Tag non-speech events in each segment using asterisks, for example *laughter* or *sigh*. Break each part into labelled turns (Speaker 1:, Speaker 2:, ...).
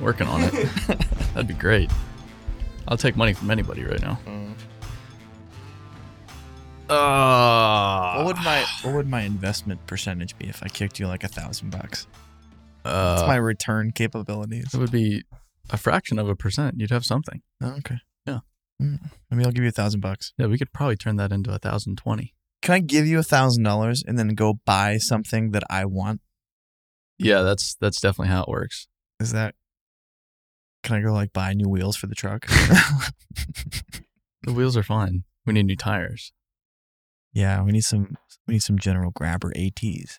Speaker 1: working on it. *laughs* That'd be great. I'll take money from anybody right now. Uh,
Speaker 2: What
Speaker 1: *sighs*
Speaker 2: would my what would my investment percentage be if I kicked you like a thousand bucks? What's
Speaker 1: uh,
Speaker 2: my return capabilities?
Speaker 1: it would be a fraction of a percent. You'd have something.
Speaker 2: Oh, okay.
Speaker 1: Yeah.
Speaker 2: Mm, Maybe I'll give you a thousand bucks.
Speaker 1: Yeah, we could probably turn that into a thousand twenty.
Speaker 2: Can I give you a thousand dollars and then go buy something that I want?
Speaker 1: Yeah, that's that's definitely how it works.
Speaker 2: Is that? Can I go like buy new wheels for the truck? *laughs*
Speaker 1: The wheels are fine. We need new tires.
Speaker 2: yeah, we need some we need some general grabber ATs. ATs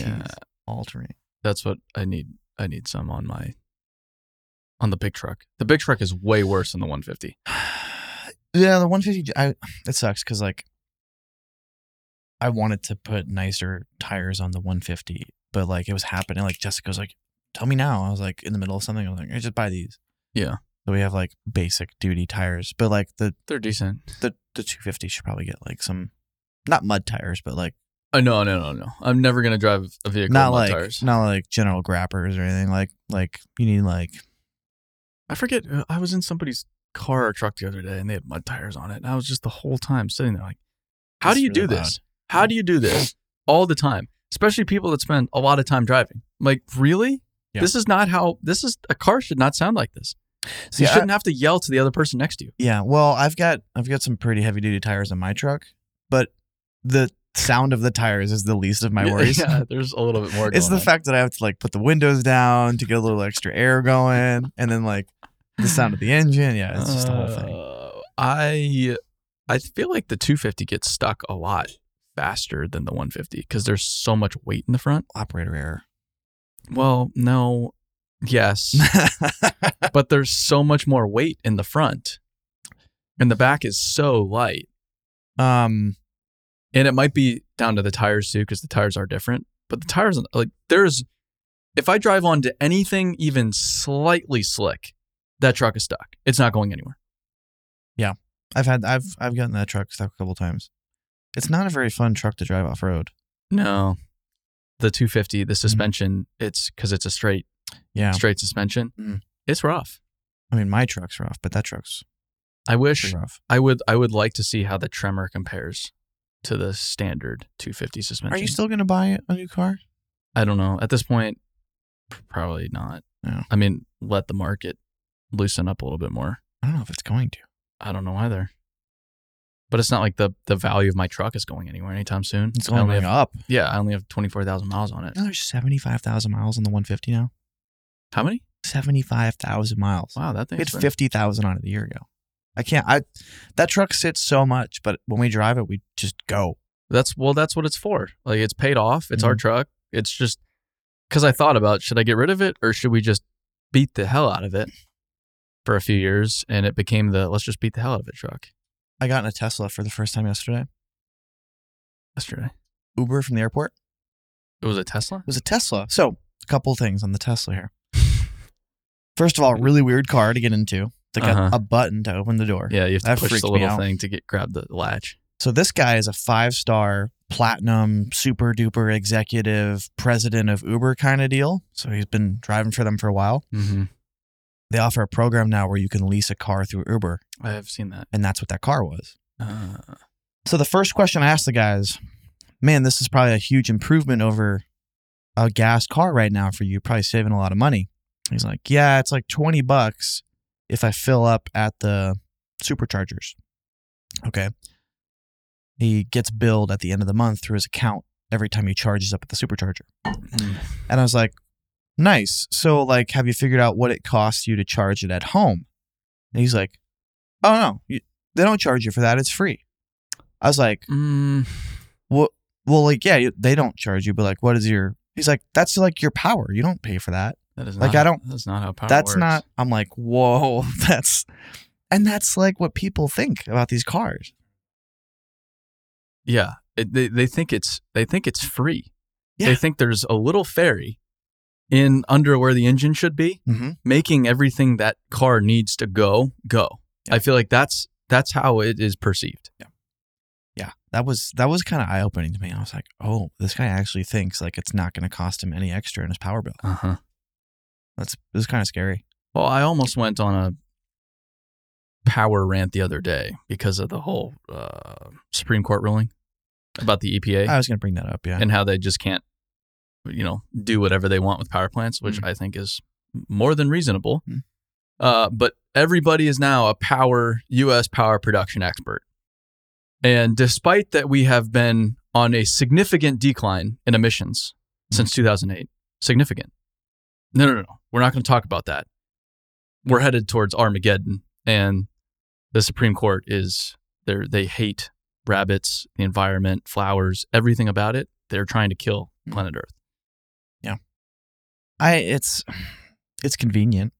Speaker 1: Yeah.
Speaker 2: all terrain.
Speaker 1: That's what I need. I need some on my on the big truck. The big truck is way worse than the 150.
Speaker 2: *sighs* yeah, the 150. I it sucks because like I wanted to put nicer tires on the 150, but like it was happening. Like Jessica was like, "Tell me now." I was like in the middle of something. I was like, "I just buy these."
Speaker 1: Yeah.
Speaker 2: So we have like basic duty tires, but like the
Speaker 1: They're decent.
Speaker 2: the the 250 should probably get like some not mud tires, but like
Speaker 1: Uh, no, no, no, no. I'm never gonna drive a vehicle
Speaker 2: not
Speaker 1: with mud
Speaker 2: like
Speaker 1: tires.
Speaker 2: not like general grappers or anything. Like like you need like
Speaker 1: I forget. uh, I was in somebody's car or truck the other day, and they had mud tires on it. And I was just the whole time sitting there like, "How
Speaker 2: That's
Speaker 1: do you do
Speaker 2: really
Speaker 1: this? How do you do this all the time?" Especially people that spend a lot of time driving. I'm like, really?
Speaker 2: Yeah.
Speaker 1: This is not how. This is a car should not sound like this.
Speaker 2: See,
Speaker 1: you
Speaker 2: I-
Speaker 1: shouldn't have to yell to the other person next to you.
Speaker 2: Yeah, well, I've got I've got some pretty heavy duty tires on my truck, but the sound of the tires is the
Speaker 1: *laughs*
Speaker 2: least of my
Speaker 1: Yeah,
Speaker 2: worries. *laughs*
Speaker 1: Yeah, there's a little bit more.
Speaker 2: It's
Speaker 1: going
Speaker 2: the
Speaker 1: on.
Speaker 2: fact that I have to like put the windows down to get a little extra air going, and then like the sound
Speaker 1: *laughs*
Speaker 2: of the engine. Yeah, it's just the whole thing.
Speaker 1: Uh, I I feel like the 250 gets stuck a lot faster than the 150 because there's so much weight in the front.
Speaker 2: Operator error. *laughs*
Speaker 1: Well, no, yes,
Speaker 2: *laughs*
Speaker 1: but there's so much more weight in the front, and the back is so light.
Speaker 2: um,
Speaker 1: And it might be down to the tires too because the tires are different. But the tires, like there's, if I drive onto anything even slightly slick, that truck is stuck. It's not going anywhere.
Speaker 2: I've had I've I've gotten that truck stuck a couple times. It's not a very fun truck to drive off road.
Speaker 1: No. The 250, the suspension, it's because it's a straight
Speaker 2: Mm-hmm. Yeah,
Speaker 1: straight suspension.
Speaker 2: Mhm.
Speaker 1: It's rough.
Speaker 2: I mean my truck's rough, but that truck's
Speaker 1: I wish
Speaker 2: pretty rough.
Speaker 1: I would I would like to see how the Tremor compares to the standard 250 suspension.
Speaker 2: Are you still gonna buy a new car?
Speaker 1: I don't know. At this point, p- probably not.
Speaker 2: No.
Speaker 1: I mean, let the market loosen up a little bit more.
Speaker 2: I don't know if it's going to.
Speaker 1: I don't know either. But it's not like the the value of my truck is going anywhere anytime soon.
Speaker 2: It's
Speaker 1: I
Speaker 2: only
Speaker 1: only
Speaker 2: going
Speaker 1: have,
Speaker 2: up.
Speaker 1: yeah, I only have 24,000 miles on it.
Speaker 2: Now there's 75,000 miles on the 150 now.
Speaker 1: How many?
Speaker 2: 75,000 miles.
Speaker 1: Wow, that thing
Speaker 2: we had 50,000 on it a year ago. I can't, I, that truck sits so much, but when we drive it, we just go.
Speaker 1: That's well, that's what it's for. Like it's paid off. It's our
Speaker 2: Mhm.
Speaker 1: truck. It's just because I thought about should I get rid of it or should we just beat the hell out of it for a few years, and it became the let's just beat the hell out of it truck
Speaker 2: I got in a Tesla for the first time yesterday.
Speaker 1: yesterday.
Speaker 2: Uber from the airport.
Speaker 1: It was a Tesla.
Speaker 2: *laughs* It was a Tesla. So, a couple things on the Tesla here. First of all, really weird car to get into. They got
Speaker 1: Uh-huh.
Speaker 2: a button to open the door.
Speaker 1: Yeah, you have to
Speaker 2: That
Speaker 1: push
Speaker 2: freaked
Speaker 1: the
Speaker 2: me
Speaker 1: little
Speaker 2: out.
Speaker 1: thing to get grab the latch.
Speaker 2: So this guy is a five star platinum super duper executive president of Uber kind of deal. So he's been driving for them for a while.
Speaker 1: Mm-hmm.
Speaker 2: They offer a program now where you can lease a car through Uber,
Speaker 1: I have seen that.
Speaker 2: and that's what that car was.
Speaker 1: Uh,
Speaker 2: So the first question I asked the guys, man, this is probably a huge improvement over a gas car right now for you, probably saving a lot of money. He's like, yeah, it's like 20 bucks if I fill up at the superchargers. Okay. He gets billed at the end of the month through his account every time he charges up at the supercharger. And I was like, nice. So, like, have you figured out what it costs you to charge it at home? And he's like, oh, no, you, they don't charge you for that. It's free. I was like,
Speaker 1: mm,
Speaker 2: well, well, like, yeah, you- they don't charge you, but like, what is your. He's like, that's like your power. You don't pay for that.
Speaker 1: that is
Speaker 2: Like,
Speaker 1: not,
Speaker 2: I don't-
Speaker 1: That's not how power.
Speaker 2: that's
Speaker 1: works.
Speaker 2: not. I'm like, whoa, *laughs* that's. And that's like what people think about these cars.
Speaker 1: Yeah, it, they they think it's they think it's free.
Speaker 2: Yeah.
Speaker 1: They think there's a little ferry in under where the engine should be,
Speaker 2: Mm-hmm.
Speaker 1: making everything that car needs to go go.
Speaker 2: Yeah.
Speaker 1: I feel like that's that's how it is perceived.
Speaker 2: yeah that was that was kind of eye-opening to me i was like oh this guy actually thinks like it's not going to cost him any extra in his power bill
Speaker 1: Uh huh.
Speaker 2: That's it's kind of scary.
Speaker 1: Well, I almost went on a power rant the other day because of the whole uh, Supreme Court ruling about the E EPA
Speaker 2: I was gonna bring that up. Yeah,
Speaker 1: and how they just can't, you know, do whatever they want with power plants, which I think is more than reasonable.
Speaker 2: Mm.
Speaker 1: Uh, but everybody is now a power U.S. power production expert, and despite that, we have been on a significant decline in emissions
Speaker 2: Mm.
Speaker 1: since 2008. Significant. No, no, no, no. We're not going to talk about that. We're headed towards Armageddon, and the Supreme Court is they they hate rabbits, the environment, flowers, everything about it. They're trying to kill
Speaker 2: Mm.
Speaker 1: planet Earth.
Speaker 2: I it's it's convenient.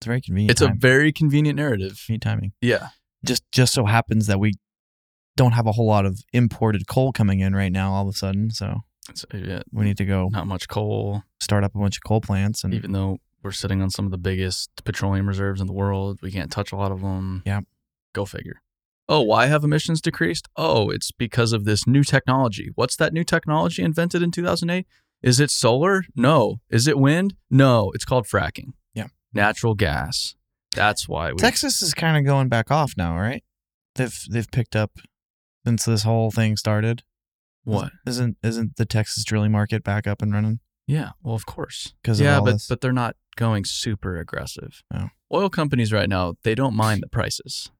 Speaker 2: It's very convenient.
Speaker 1: It's a very convenient narrative.
Speaker 2: convenient timing.
Speaker 1: Yeah.
Speaker 2: Just just so happens that we don't have a whole lot of imported coal coming in right now. All of a sudden, so
Speaker 1: It's, uh, yeah.
Speaker 2: we need to go
Speaker 1: Not much coal,
Speaker 2: start up a bunch of coal plants and
Speaker 1: even though we're sitting on some of the biggest petroleum reserves in the world. We can't touch a lot of them.
Speaker 2: Yeah.
Speaker 1: Go figure. Oh, why have emissions decreased? Oh, it's because of this new technology. What's that new technology invented in 2008? Is it solar? No. Is it wind? No. It's called fracking.
Speaker 2: Yeah.
Speaker 1: Natural gas. That's why we.
Speaker 2: Texas is kind of going back off now, right? They've they've picked up since this whole thing started.
Speaker 1: what?
Speaker 2: isn't isn't the Texas drilling market back up and running?
Speaker 1: Yeah, well, of course.
Speaker 2: 'Cause of
Speaker 1: yeah,
Speaker 2: all
Speaker 1: but
Speaker 2: this.
Speaker 1: but they're not going super aggressive.
Speaker 2: Oh.
Speaker 1: Oil companies right now they don't mind the prices.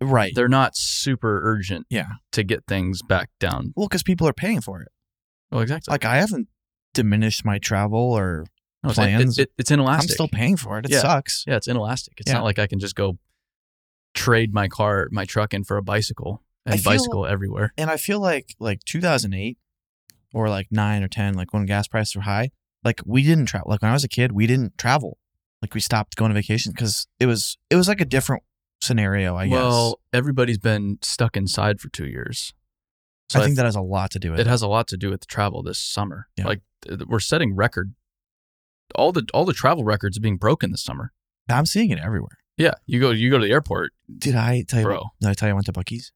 Speaker 2: Right.
Speaker 1: They're not super urgent.
Speaker 2: Yeah.
Speaker 1: to get things back down.
Speaker 2: Well, because people are paying for it.
Speaker 1: Well, exactly.
Speaker 2: Like I haven't diminished my travel, or
Speaker 1: No, it's, it-
Speaker 2: plans-
Speaker 1: it- it's inelastic.
Speaker 2: I'm still paying for it. It
Speaker 1: Yeah.
Speaker 2: sucks.
Speaker 1: yeah, it's inelastic. It's
Speaker 2: Yeah.
Speaker 1: not like I can just go trade my car, my truck in for a bicycle and
Speaker 2: I feel-
Speaker 1: bicycle everywhere.
Speaker 2: And I feel like like 2008 or like nine or ten, like when gas prices were high, like we didn't travel. Like when I was a kid, we didn't travel. Like we stopped going to vacation because it was it was like a different scenario. I
Speaker 1: well, everybody's been stuck inside for two years.
Speaker 2: guess.
Speaker 1: So
Speaker 2: I think
Speaker 1: th-
Speaker 2: that has a lot to do with
Speaker 1: it has a lot to do with travel this summer.
Speaker 2: Yeah.
Speaker 1: Like th- we're setting record. All the all the travel records are being broken this summer.
Speaker 2: I'm seeing it everywhere.
Speaker 1: Yeah, you go you go to the airport,
Speaker 2: Did I tell you?
Speaker 1: bro.
Speaker 2: Did I tell you I went to Bucky's?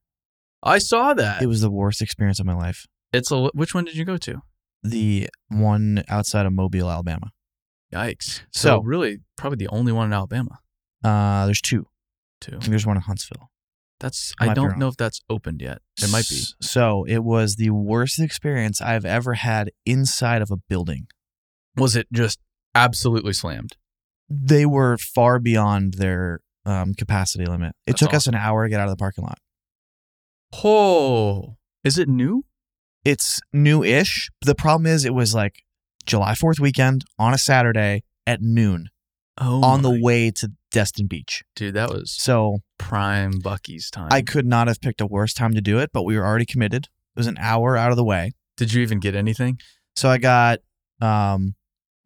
Speaker 1: I saw that.
Speaker 2: It was the worst experience of my life.
Speaker 1: It's a which one did you go to?
Speaker 2: The one outside of Mobile, Alabama.
Speaker 1: Yikes! So,
Speaker 2: So-
Speaker 1: really, probably the only one in Alabama
Speaker 2: Uh, there's two.
Speaker 1: too.
Speaker 2: I think there's one in Huntsville.
Speaker 1: That's I
Speaker 2: I Mm, might be
Speaker 1: don't
Speaker 2: wrong.
Speaker 1: know if that's opened yet. It might be.
Speaker 2: S- So it was the worst experience I've ever had inside of a building.
Speaker 1: Was it just absolutely slammed?
Speaker 2: They were far beyond their um, capacity limit. It
Speaker 1: That's
Speaker 2: took us an hour to get out of the parking lot.
Speaker 1: Oh, is it new?
Speaker 2: It's new-ish. The problem is, it was like July Fourth weekend on a Saturday at noon
Speaker 1: Oh,
Speaker 2: on the
Speaker 1: my-
Speaker 2: way to Destin Beach.
Speaker 1: dude, that was
Speaker 2: So
Speaker 1: prime Bucky's time.
Speaker 2: I could not have picked a worse time to do it, but we were already committed. It was an hour out of the way.
Speaker 1: Did you even get anything?
Speaker 2: So I got um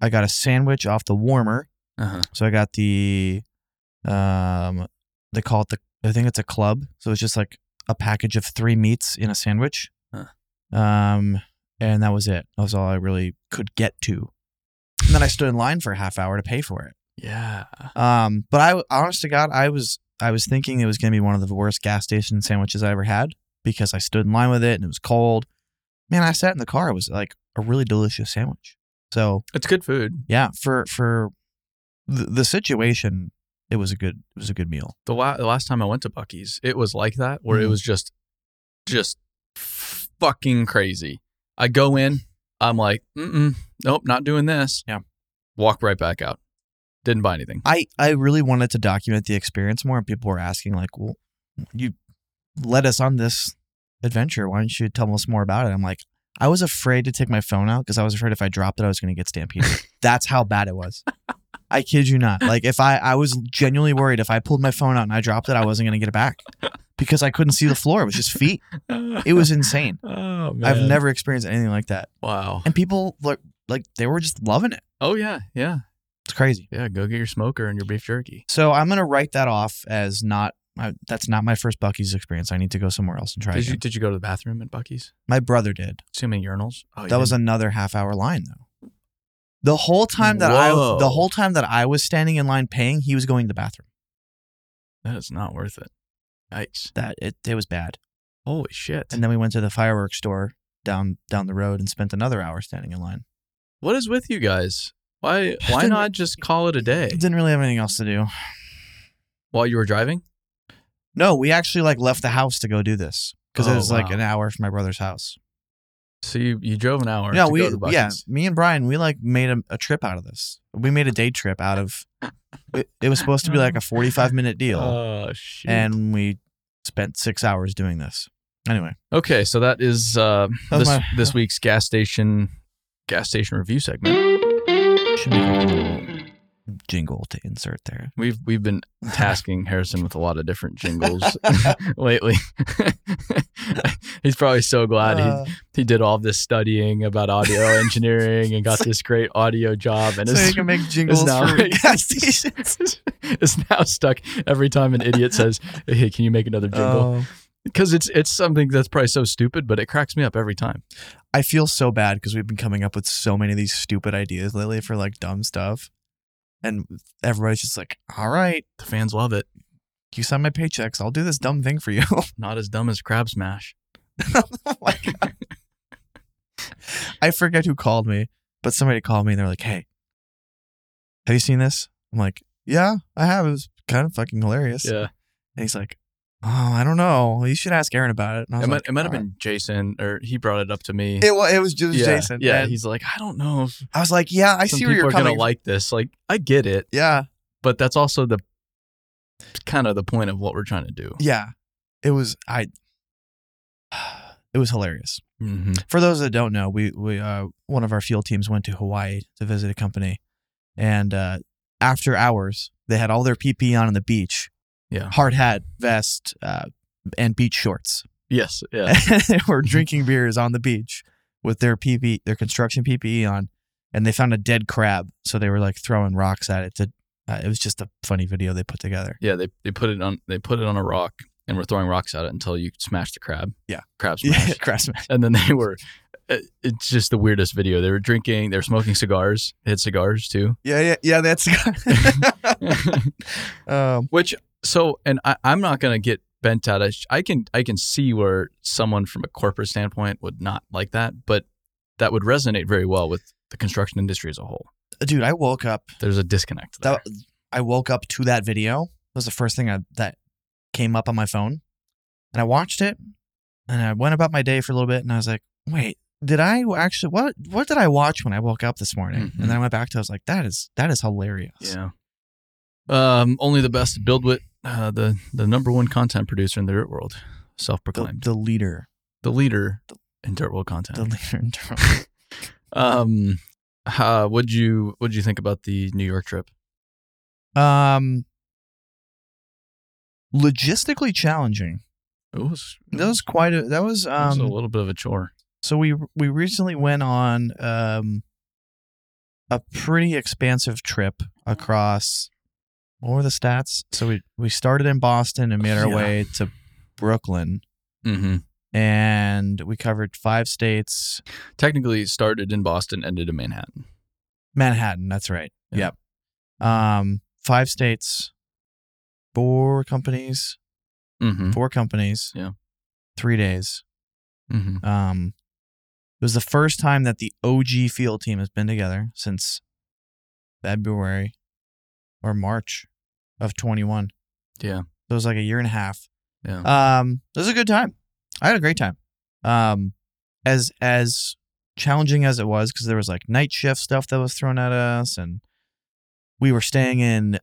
Speaker 2: I got a sandwich off the warmer.
Speaker 1: Uh huh.
Speaker 2: So I got the um they call it the I think it's a club. So it's just like a package of three meats in a sandwich.
Speaker 1: Huh.
Speaker 2: Um and that was it. That was all I really could get to. And then I stood in line for a half hour to pay for it.
Speaker 1: Yeah.
Speaker 2: Um but I honest to God, I was I was thinking it was going to be one of the worst gas station sandwiches I ever had because I stood in line with it and it was cold. Man, I sat in the car. It was like a really delicious sandwich. So
Speaker 1: It's good food.
Speaker 2: yeah for for the, the situation it was a good it was a good meal
Speaker 1: The, la- the last time I went to Bucky's, it was like that, where it
Speaker 2: Mhm.
Speaker 1: was just, just fucking crazy. I go in, I'm like, mm nope, not doing this.
Speaker 2: Yeah.
Speaker 1: Walk right back out. Didn't buy *laughs* anything.
Speaker 2: i i really wanted to document the experience more and people were asking like well you led us on this adventure why don't you tell us more about it i'm like i was afraid to take my phone out because i was afraid if i dropped it i was going to get stampeded that's how bad it was i kid you not like if i i was genuinely worried if i pulled my phone out and i dropped it i wasn't going to get it back because i couldn't see the floor it was just feet it was insane
Speaker 1: Oh man.
Speaker 2: i've never experienced anything like that
Speaker 1: Wow.
Speaker 2: and people like like they were just loving it.
Speaker 1: Oh yeah, yeah,
Speaker 2: It's crazy.
Speaker 1: yeah. Go get your smoker and your beef jerky.
Speaker 2: So I'm gonna write that off as not. I, that's not my first Bucky's experience. I need to go somewhere else and try
Speaker 1: Did
Speaker 2: again.
Speaker 1: you did you go to the bathroom at Bucky's?
Speaker 2: my brother did.
Speaker 1: Too many urinals. Oh, you
Speaker 2: that was
Speaker 1: didn't?
Speaker 2: another half hour line though. The whole time that
Speaker 1: Whoa.
Speaker 2: I the whole time that I was standing in line paying, he was going to the bathroom.
Speaker 1: that is not worth it. Yikes!
Speaker 2: That it it was bad.
Speaker 1: Holy shit!
Speaker 2: And then we went to the fireworks store down down the road and spent another hour standing in line.
Speaker 1: what is with you guys?
Speaker 2: *laughs*
Speaker 1: Why why
Speaker 2: Didn't-
Speaker 1: not just call it a
Speaker 2: *laughs*
Speaker 1: day
Speaker 2: Didn't really have anything else to do.
Speaker 1: while you were driving?
Speaker 2: No, we actually like left the house to go do this because
Speaker 1: Oh,
Speaker 2: it was like
Speaker 1: wow.
Speaker 2: an hour from my brother's house.
Speaker 1: So you, you drove an hour.
Speaker 2: yeah,
Speaker 1: to
Speaker 2: we
Speaker 1: go to
Speaker 2: yeah,
Speaker 1: Buc-ee's.
Speaker 2: me and Brian, we like made a, a trip out of this. We made a day trip out of. It, it was supposed to be like a forty-five minute deal,
Speaker 1: Oh shit.
Speaker 2: and we spent six hours doing this. Anyway,
Speaker 1: okay, so that is uh, this
Speaker 2: That was my-
Speaker 1: this week's gas station gas station review segment.
Speaker 2: should make a little jingle to insert there. Uh,
Speaker 1: We've we've been
Speaker 2: *laughs*
Speaker 1: tasking Harrison with a lot of different jingles *laughs* lately. *laughs* He's probably so glad he
Speaker 2: Uh,
Speaker 1: he did all this studying about
Speaker 2: *laughs*
Speaker 1: audio engineering and got this great audio job and
Speaker 2: so you
Speaker 1: is,
Speaker 2: can make jingles
Speaker 1: now-
Speaker 2: for *laughs* gas stations.
Speaker 1: *laughs* is now stuck every time an idiot says hey can you make another jingle
Speaker 2: Oh.
Speaker 1: because it's it's something that's probably so stupid but it cracks me up every time
Speaker 2: I feel so bad because we've been coming up with so many of these stupid ideas lately for like dumb stuff, and everybody's just like, "All right,
Speaker 1: the fans love it
Speaker 2: you sign my paychecks, I'll do this dumb thing for you."
Speaker 1: not as dumb as crab smash
Speaker 2: Oh *laughs* my God. I forget who called me, but somebody called me and they're like, "Hey, have you seen this?" I'm like, "Yeah, I have. It was kind of fucking hilarious."
Speaker 1: yeah
Speaker 2: And he's like, "Oh, I don't know. You should ask Aaron about it." And I was
Speaker 1: it might,
Speaker 2: like,
Speaker 1: it might have
Speaker 2: "All
Speaker 1: been jason or he brought it up to me
Speaker 2: right." It was. It was just
Speaker 1: yeah,
Speaker 2: Jason.
Speaker 1: yeah
Speaker 2: And
Speaker 1: he's like i don't know if
Speaker 2: I was like, "Yeah, I
Speaker 1: some
Speaker 2: see
Speaker 1: people
Speaker 2: where you're
Speaker 1: are
Speaker 2: coming."
Speaker 1: gonna like this like i get it
Speaker 2: yeah,
Speaker 1: but that's also the kind of the point of what we're trying to do
Speaker 2: yeah. It was. I. *sighs* It was hilarious.
Speaker 1: mm-hmm.
Speaker 2: for those that don't know, we we uh, one of our field teams went to Hawaii to visit a company, and uh, after hours they had all their PP on on the beach,
Speaker 1: Yeah.
Speaker 2: hard hat, vest, uh, and beach shorts. *laughs*
Speaker 1: yes yeah
Speaker 2: And they were drinking beers on the beach with their PP, their construction PPE on, and they found a dead crab, so they were like throwing rocks at it. To uh, it was just a funny video they put together.
Speaker 1: Yeah, they, they put it on they put it on a rock and were throwing rocks at it until you smashed the crab.
Speaker 2: Yeah.
Speaker 1: crab smash.
Speaker 2: *laughs* Yeah, crab smash.
Speaker 1: And then they were, it- it's just the weirdest video. They were drinking, they were smoking cigars. They had cigars
Speaker 2: *laughs*
Speaker 1: too.
Speaker 2: Yeah, yeah, yeah. That's um,
Speaker 1: Which so, and I, I'm not gonna get bent out. I, sh- I can I can see where someone from a corporate standpoint would not like that, but that would resonate very well with the construction industry as a whole.
Speaker 2: dude. I woke up
Speaker 1: There's a disconnect. There.
Speaker 2: that I woke up to that video. It was the first thing I, that came up on my phone, and I watched it, and I went about my day for a little bit, and I was like, "Wait, did I actually what What did I watch when I woke up this morning?"
Speaker 1: Mhm.
Speaker 2: And then I went back to, it, I was like, "That is that is hilarious."
Speaker 1: yeah. Um, only the best build with uh, the the number one content producer in the dirt world, self
Speaker 2: the,
Speaker 1: proclaimed.
Speaker 2: the leader,
Speaker 1: the leader in dirt world
Speaker 2: the *laughs*
Speaker 1: content.
Speaker 2: leader in terms.
Speaker 1: um, uh, would you would you think about the New York trip?
Speaker 2: um, logistically challenging.
Speaker 1: It was,
Speaker 2: That was quite a. That was
Speaker 1: it Mm-hmm. was
Speaker 2: um.
Speaker 1: a little bit of a chore.
Speaker 2: So we we recently went on um a pretty expansive trip
Speaker 1: Mm-hmm.
Speaker 2: across what were the stats? So we we started in Boston and made our
Speaker 1: Yeah.
Speaker 2: way to Brooklyn
Speaker 1: Mm-hmm.
Speaker 2: and we covered five states.
Speaker 1: Technically, it started in Boston, ended in Manhattan.
Speaker 2: Manhattan, that's right.
Speaker 1: Yeah.
Speaker 2: Yep. Um five states, four companies,
Speaker 1: Mm-hmm.
Speaker 2: four companies.
Speaker 1: Yeah.
Speaker 2: 3 days.
Speaker 1: Mm-hmm.
Speaker 2: Um, it was the first time that the OG field team has been together since February or March of 21.
Speaker 1: Yeah.
Speaker 2: So it was like a year and a half.
Speaker 1: Yeah.
Speaker 2: Um, it was a good time. I had a great time. Um, as as challenging as it was, because there was like night shift stuff that was thrown at us, and we were staying in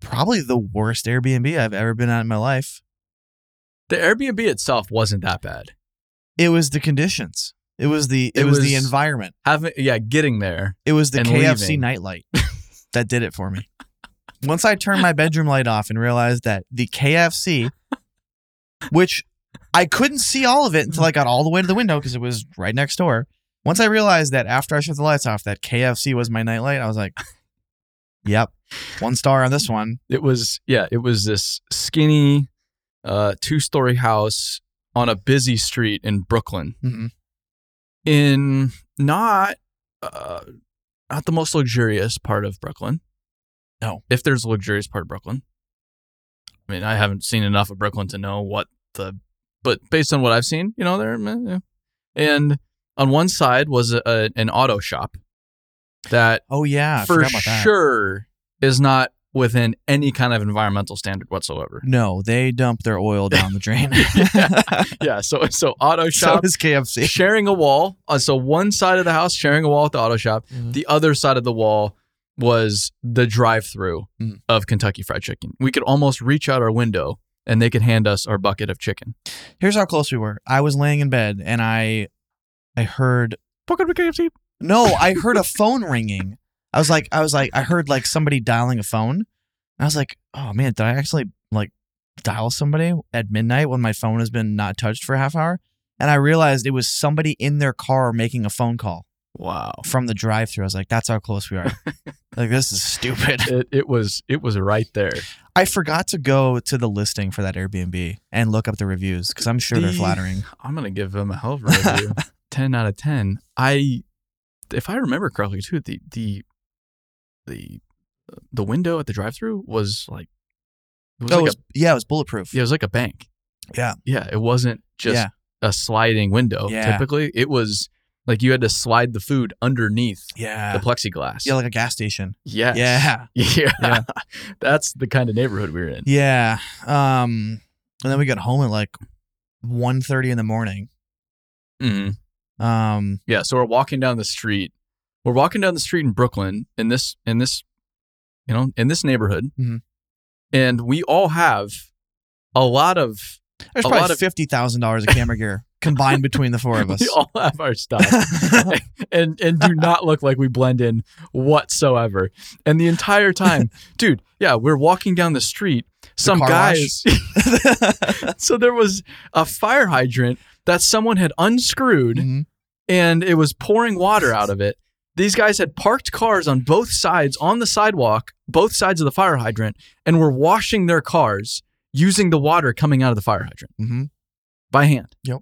Speaker 2: probably the worst Airbnb I've ever been at in my life.
Speaker 1: The Airbnb itself wasn't that bad.
Speaker 2: It was the conditions. It was the it,
Speaker 1: It
Speaker 2: was the
Speaker 1: was-
Speaker 2: environment.
Speaker 1: Having yeah, getting there.
Speaker 2: It was the
Speaker 1: and
Speaker 2: KFC
Speaker 1: leaving. *laughs*
Speaker 2: nightlight that did it for me. Once I turned my bedroom light off and realized that the KFC, which I couldn't see all of it until I got all the way to the window because it was right next door. Once I realized that after I shut the lights off, that KFC was my nightlight, I was like, yep, one star on this one.
Speaker 1: It was yeah, it was this skinny, uh, two story house on a busy street in Brooklyn.
Speaker 2: Mhm.
Speaker 1: in not uh, not the most luxurious part of Brooklyn.
Speaker 2: No.
Speaker 1: if there's a luxurious part of Brooklyn, I mean, I haven't seen enough of Brooklyn to know what the. But based on what I've seen, you know, there, meh, yeah. and on one side was a, a, an auto shop, that
Speaker 2: Oh yeah, I
Speaker 1: for
Speaker 2: forgot about that.
Speaker 1: sure is not within any kind of environmental standard
Speaker 2: *laughs*
Speaker 1: whatsoever.
Speaker 2: No, they dump their oil down the drain. *laughs*
Speaker 1: Yeah. Yeah. So so auto
Speaker 2: so
Speaker 1: shop
Speaker 2: is KFC.
Speaker 1: sharing a wall. Uh, so one side of the house sharing a wall with the auto shop. The other side of the wall was the drive-through
Speaker 2: Mm.
Speaker 1: of Kentucky Fried Chicken. We could almost reach out our window and they could hand us our bucket of chicken.
Speaker 2: Here's how close we were. I was laying in bed and I, I heard
Speaker 1: Bucket of KFC.
Speaker 2: no, I heard a phone ringing. I was like, I was like, I heard like somebody dialing a phone. I was like, oh man, did I actually like dial somebody at midnight when my phone has been not touched for a half hour? And I realized it was somebody in their car making a phone call
Speaker 1: Wow.
Speaker 2: from the drive-through. I was like, that's how close we
Speaker 1: *laughs*
Speaker 2: are. like this is stupid.
Speaker 1: It, it was it was right there.
Speaker 2: I forgot to go to the listing for that Airbnb and look up the reviews because I'm sure they're
Speaker 1: The-
Speaker 2: flattering.
Speaker 1: I'm gonna give them a hell of a
Speaker 2: *laughs*
Speaker 1: review. ten out of ten. I, if I remember correctly, too, the the the the window at the drive-through was like it was
Speaker 2: oh,
Speaker 1: like
Speaker 2: it was- yeah, it was bulletproof.
Speaker 1: a yeah, it was like a bank.
Speaker 2: Yeah.
Speaker 1: yeah. It wasn't just
Speaker 2: Yeah.
Speaker 1: a sliding window.
Speaker 2: Yeah.
Speaker 1: Typically, it was like you had to slide the food underneath
Speaker 2: yeah,
Speaker 1: the plexiglass.
Speaker 2: yeah, like a gas station.
Speaker 1: yes.
Speaker 2: Yeah.
Speaker 1: *laughs* Yeah.
Speaker 2: Yeah.
Speaker 1: That's the kind of neighborhood we were in.
Speaker 2: Yeah. Um and then we got home at like 1.30 in the morning.
Speaker 1: Mhm.
Speaker 2: Mm-hmm. Um
Speaker 1: Yeah, so we're walking down the street. We're walking down the street in Brooklyn in this in this you know, in this neighborhood.
Speaker 2: Mhm.
Speaker 1: And we all have a lot of
Speaker 2: there's
Speaker 1: A
Speaker 2: probably
Speaker 1: lot of-
Speaker 2: fifty thousand dollars of camera gear combined between the four of
Speaker 1: *laughs*
Speaker 2: us.
Speaker 1: we
Speaker 2: *laughs*
Speaker 1: all have our stuff and and do not look like we blend in whatsoever. And the entire time,
Speaker 2: *laughs*
Speaker 1: dude, yeah, we're walking down the street, some
Speaker 2: car
Speaker 1: guys Mm-hmm, *laughs* so there was a fire hydrant that someone had unscrewed
Speaker 2: Mhm.
Speaker 1: and it was pouring water out of it. These guys had parked cars on both sides on the sidewalk, both sides of the fire hydrant, and were washing their cars using the water coming out of the fire hydrant
Speaker 2: Mhm.
Speaker 1: by hand.
Speaker 2: Yep.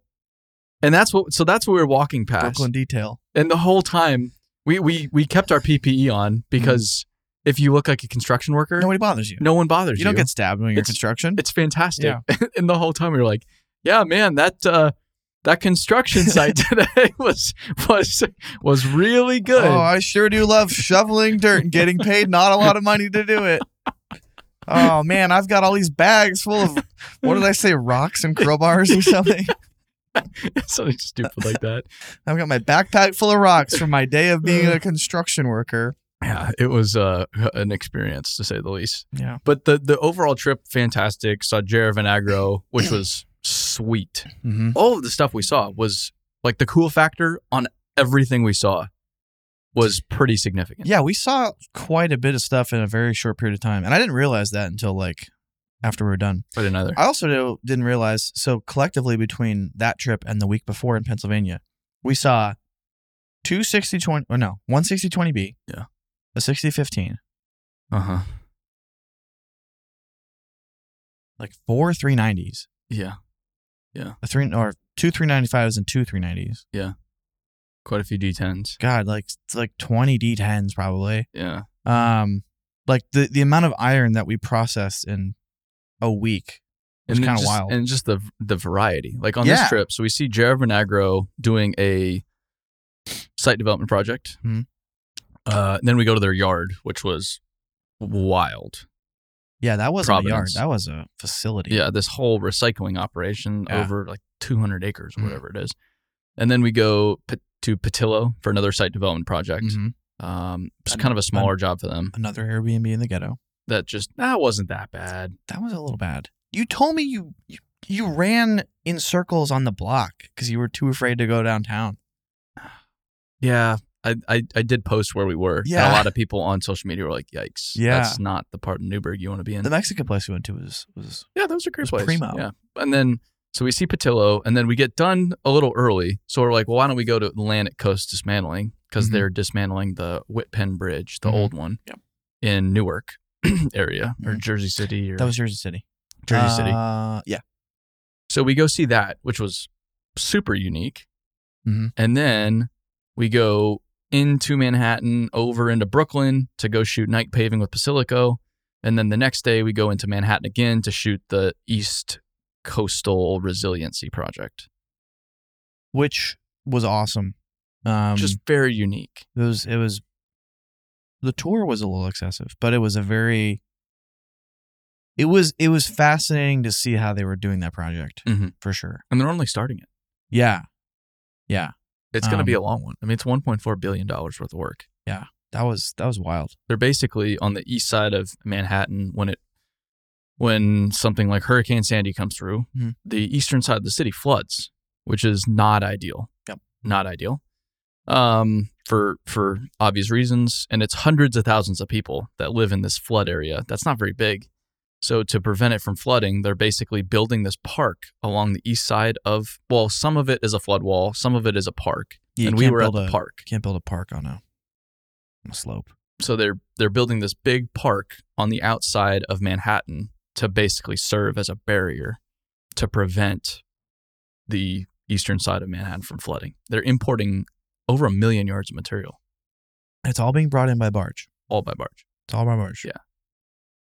Speaker 1: And that's what so that's what we were walking past.
Speaker 2: Brooklyn detail.
Speaker 1: And the whole time we we we kept our PPE on because if you look like a construction worker,
Speaker 2: Nobody bothers you.
Speaker 1: no one bothers
Speaker 2: you
Speaker 1: you.
Speaker 2: don't get stabbed when you're
Speaker 1: It's-
Speaker 2: construction.
Speaker 1: it's fantastic. *laughs* and the whole time we were like, yeah, man, that uh that
Speaker 2: *laughs*
Speaker 1: construction site *laughs* today was was was really good.
Speaker 2: Oh,
Speaker 1: *laughs*
Speaker 2: I sure do love shoveling dirt and getting paid not a lot of money to do it. Oh man, I've got all these bags full of what did I say, rocks and crowbars or something.
Speaker 1: Something stupid like that.
Speaker 2: I've got my backpack full of rocks from my day of being a construction worker.
Speaker 1: Yeah, it was uh, an experience to say the least.
Speaker 2: Yeah.
Speaker 1: But the the overall trip, fantastic. Saw Jared Vinagro, which was sweet.
Speaker 2: Mm-hmm.
Speaker 1: All of the stuff we saw was like the cool factor on everything we saw was pretty significant.
Speaker 2: Yeah, we saw quite a bit of stuff in a very short period of time, and I didn't realize that until like after we were done.
Speaker 1: I didn't either.
Speaker 2: I also do- didn't realize so collectively between that trip and the week before in Pennsylvania, we saw two sixty twenty or no one sixty twenty B,
Speaker 1: Yeah.
Speaker 2: a sixty fifteen,
Speaker 1: Uh huh.
Speaker 2: like four three nineties,
Speaker 1: Yeah,
Speaker 2: a three or two three ninety fives and two three nineties.
Speaker 1: quite a few D10s.
Speaker 2: God, like it's like twenty D tens probably.
Speaker 1: Yeah.
Speaker 2: Um, like the the amount of iron that we processed in a week was
Speaker 1: And then
Speaker 2: kind of
Speaker 1: just-
Speaker 2: wild.
Speaker 1: And just the the variety. Like on
Speaker 2: Yeah.
Speaker 1: this trip, so we see Jared Vinagro doing a site development project.
Speaker 2: Mhm.
Speaker 1: Uh, then we go to their yard, which was wild.
Speaker 2: yeah, that wasn't a yard.
Speaker 1: Providence.
Speaker 2: That was a facility.
Speaker 1: Yeah, this whole recycling operation
Speaker 2: Yeah.
Speaker 1: over like 200 acres or
Speaker 2: Mhm.
Speaker 1: whatever it is. And then we go p- to Patillo for another site development project.
Speaker 2: Mhm.
Speaker 1: Um, it's
Speaker 2: An-
Speaker 1: kind of a smaller job for them.
Speaker 2: Another Airbnb in the ghetto.
Speaker 1: That just that wasn't that bad.
Speaker 2: That was a little bad. You told me you you, you ran in circles on the block because you were too afraid to go downtown.
Speaker 1: Yeah. I, I, I did post where we were. and
Speaker 2: Yeah.
Speaker 1: a lot of people on social media were like, yikes.
Speaker 2: Yeah.
Speaker 1: That's not the part of Newburgh you want to be in.
Speaker 2: The Mexican place we went to was was
Speaker 1: yeah, that was a great
Speaker 2: was
Speaker 1: place.
Speaker 2: primo.
Speaker 1: Yeah. And then, so we see Patillo, and then we get done a little early. So we're like, well, why don't we go to Atlantic Coast Dismantling? Because
Speaker 2: Mhm.
Speaker 1: they're dismantling the Whitpen Bridge, the
Speaker 2: Mhm.
Speaker 1: old one
Speaker 2: Yep.
Speaker 1: in Newark *clears throat* area or
Speaker 2: Mhm.
Speaker 1: Jersey City or
Speaker 2: that was Jersey City.
Speaker 1: Jersey City.
Speaker 2: Uh, yeah.
Speaker 1: So we go see that, which was super unique.
Speaker 2: Mhm.
Speaker 1: And then we go into Manhattan, over into Brooklyn to go shoot night paving with Basilico. And then the next day we go into Manhattan again to shoot the East Coastal Resiliency Project.
Speaker 2: Which was awesome. Um,
Speaker 1: Just very unique.
Speaker 2: it was it was the tour was a little excessive, but it was a very it was it was fascinating to see how they were doing that project
Speaker 1: Mhm.
Speaker 2: for sure.
Speaker 1: and they're only starting it.
Speaker 2: Yeah. Yeah.
Speaker 1: It's going to be a
Speaker 2: Um,
Speaker 1: long one. I mean, it's 1.4 billion dollars worth of work.
Speaker 2: That was that was wild.
Speaker 1: They're basically on the east side of Manhattan when it when something like Hurricane Sandy comes through,
Speaker 2: Mhm.
Speaker 1: the eastern side of the city floods, which is not ideal.
Speaker 2: Yep.
Speaker 1: Not ideal. Um for for obvious reasons and it's hundreds of thousands of people that live in this flood area. That's not very big. So to prevent it from flooding, they're basically building this park along the east side of well, some of it is a flood wall, some of it is a park.
Speaker 2: You
Speaker 1: and we
Speaker 2: can't
Speaker 1: were at
Speaker 2: build
Speaker 1: the
Speaker 2: a-
Speaker 1: park.
Speaker 2: Can't build a park on a, on a slope.
Speaker 1: so they're they're building this big park on the outside of Manhattan to basically serve as a barrier to prevent the eastern side of Manhattan from flooding. They're importing over a million yards of material
Speaker 2: It's all being brought in by barge.
Speaker 1: all by barge.
Speaker 2: It's all by barge.
Speaker 1: Yeah.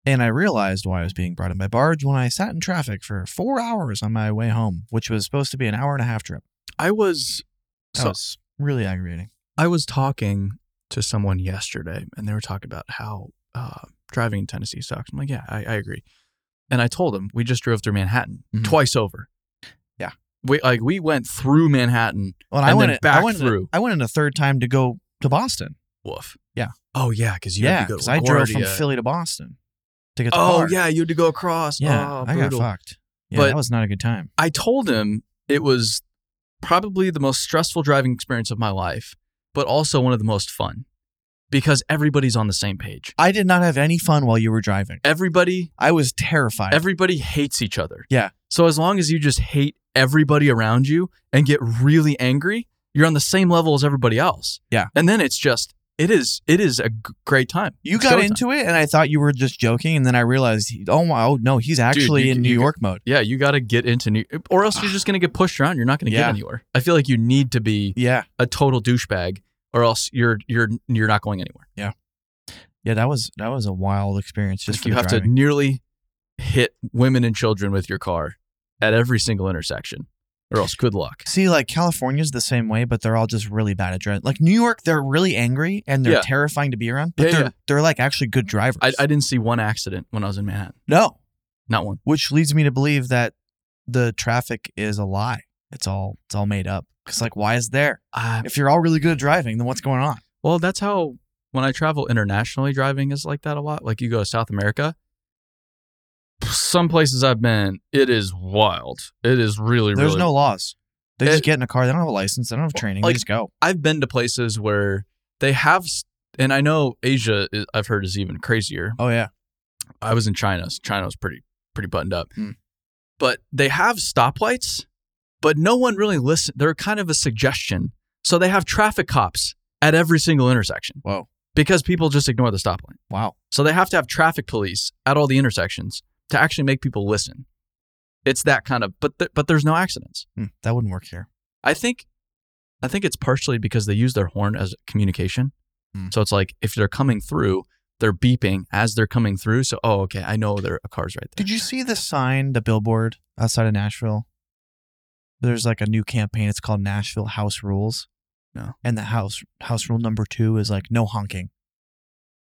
Speaker 2: And I realized why I was being brought in by barge when I sat in traffic for four hours on my way home, which was supposed to be an hour and a half trip.
Speaker 1: I was
Speaker 2: That
Speaker 1: so
Speaker 2: was really aggravating.
Speaker 1: I was talking to someone yesterday, and they were talking about how uh, driving in Tennessee sucks. I'm like, yeah, I, I agree. And I told them we just drove through Manhattan
Speaker 2: Mhm.
Speaker 1: twice over.
Speaker 2: Yeah.
Speaker 1: we like we went through Manhattan.
Speaker 2: Well,
Speaker 1: And
Speaker 2: I went
Speaker 1: then
Speaker 2: in-
Speaker 1: back
Speaker 2: I went in a-
Speaker 1: through.
Speaker 2: I went in a third time to go to Boston.
Speaker 1: Woof.
Speaker 2: Yeah.
Speaker 1: Oh yeah, because you
Speaker 2: yeah,
Speaker 1: had to go.
Speaker 2: because
Speaker 1: to
Speaker 2: I drove from
Speaker 1: LaGuardia.
Speaker 2: Philly to Boston to get. The
Speaker 1: Oh
Speaker 2: car.
Speaker 1: yeah, you had to go across.
Speaker 2: yeah.
Speaker 1: oh,
Speaker 2: I got
Speaker 1: brutal.
Speaker 2: fucked. Yeah,
Speaker 1: But-
Speaker 2: that was not a good time.
Speaker 1: I told him it was probably the most stressful driving experience of my life, but also one of the most fun because everybody's on the same page.
Speaker 2: I did not have any fun while you were driving.
Speaker 1: Everybody,
Speaker 2: I was terrified.
Speaker 1: everybody hates each other.
Speaker 2: Yeah.
Speaker 1: So as long as you just hate everybody around you and get really angry, you're on the same level as everybody else.
Speaker 2: Yeah.
Speaker 1: And then it's just it is it is a g- great time.
Speaker 2: you
Speaker 1: It's
Speaker 2: got
Speaker 1: showtime.
Speaker 2: into it, and I thought you were just joking, and then I realized, he- oh, wow, oh no, he's actually
Speaker 1: you
Speaker 2: in
Speaker 1: can-
Speaker 2: New
Speaker 1: you can-
Speaker 2: York mode.
Speaker 1: Yeah, you got to get into new, or else you're just gonna get pushed around. You're not gonna
Speaker 2: Yeah.
Speaker 1: get anywhere. I feel like you need to be
Speaker 2: Yeah.
Speaker 1: a total douchebag, or else you're you're you're not going anywhere.
Speaker 2: Yeah, that was that was a wild experience. Just
Speaker 1: Like,
Speaker 2: for
Speaker 1: you
Speaker 2: the
Speaker 1: have to
Speaker 2: driving.
Speaker 1: nearly hit women and children with your car at every single intersection, or else good luck.
Speaker 2: see like California's the same way, but they're all just really bad at driving. Like New York, they're really angry and they're
Speaker 1: Yeah.
Speaker 2: terrifying to be around, but
Speaker 1: Yeah,
Speaker 2: they're
Speaker 1: yeah.
Speaker 2: they're like actually good drivers.
Speaker 1: I, I didn't see one accident when I was in Manhattan.
Speaker 2: no,
Speaker 1: Not one.
Speaker 2: which leads me to believe that the traffic is a lie. It's all it's all made up. Because like, why is there?
Speaker 1: Uh,
Speaker 2: If you're all really good at driving, then what's going on?
Speaker 1: well, that's how when I travel internationally, driving is like that a lot. Like you go to South America. Some places I've been, it is wild. It is really,
Speaker 2: There's
Speaker 1: really
Speaker 2: no laws. They just
Speaker 1: It-
Speaker 2: get in a car. They don't have a license. They don't have training.
Speaker 1: like-
Speaker 2: they just go.
Speaker 1: I've been to places where they have, and I know Asia, is, I've heard, is even crazier.
Speaker 2: Oh yeah.
Speaker 1: I was in China. So China was pretty, pretty buttoned up.
Speaker 2: Hmm.
Speaker 1: But they have stoplights, but no one really listen. They're kind of a suggestion. So they have traffic cops at every single intersection.
Speaker 2: Whoa.
Speaker 1: Because people just ignore the stoplight.
Speaker 2: Wow.
Speaker 1: So they have to have traffic police at all the intersections to actually make people listen. It's that kind of, but th- but there's no accidents.
Speaker 2: Hmm, that wouldn't work here.
Speaker 1: I think I think it's partially because they use their horn as communication.
Speaker 2: Hmm.
Speaker 1: So it's like if they're coming through, they're beeping as they're coming through. So oh okay, I know there a car's right there.
Speaker 2: Did you see the sign, the billboard outside of Nashville? There's like a new campaign. It's called Nashville House Rules.
Speaker 1: No.
Speaker 2: And the house house rule number two is like no honking.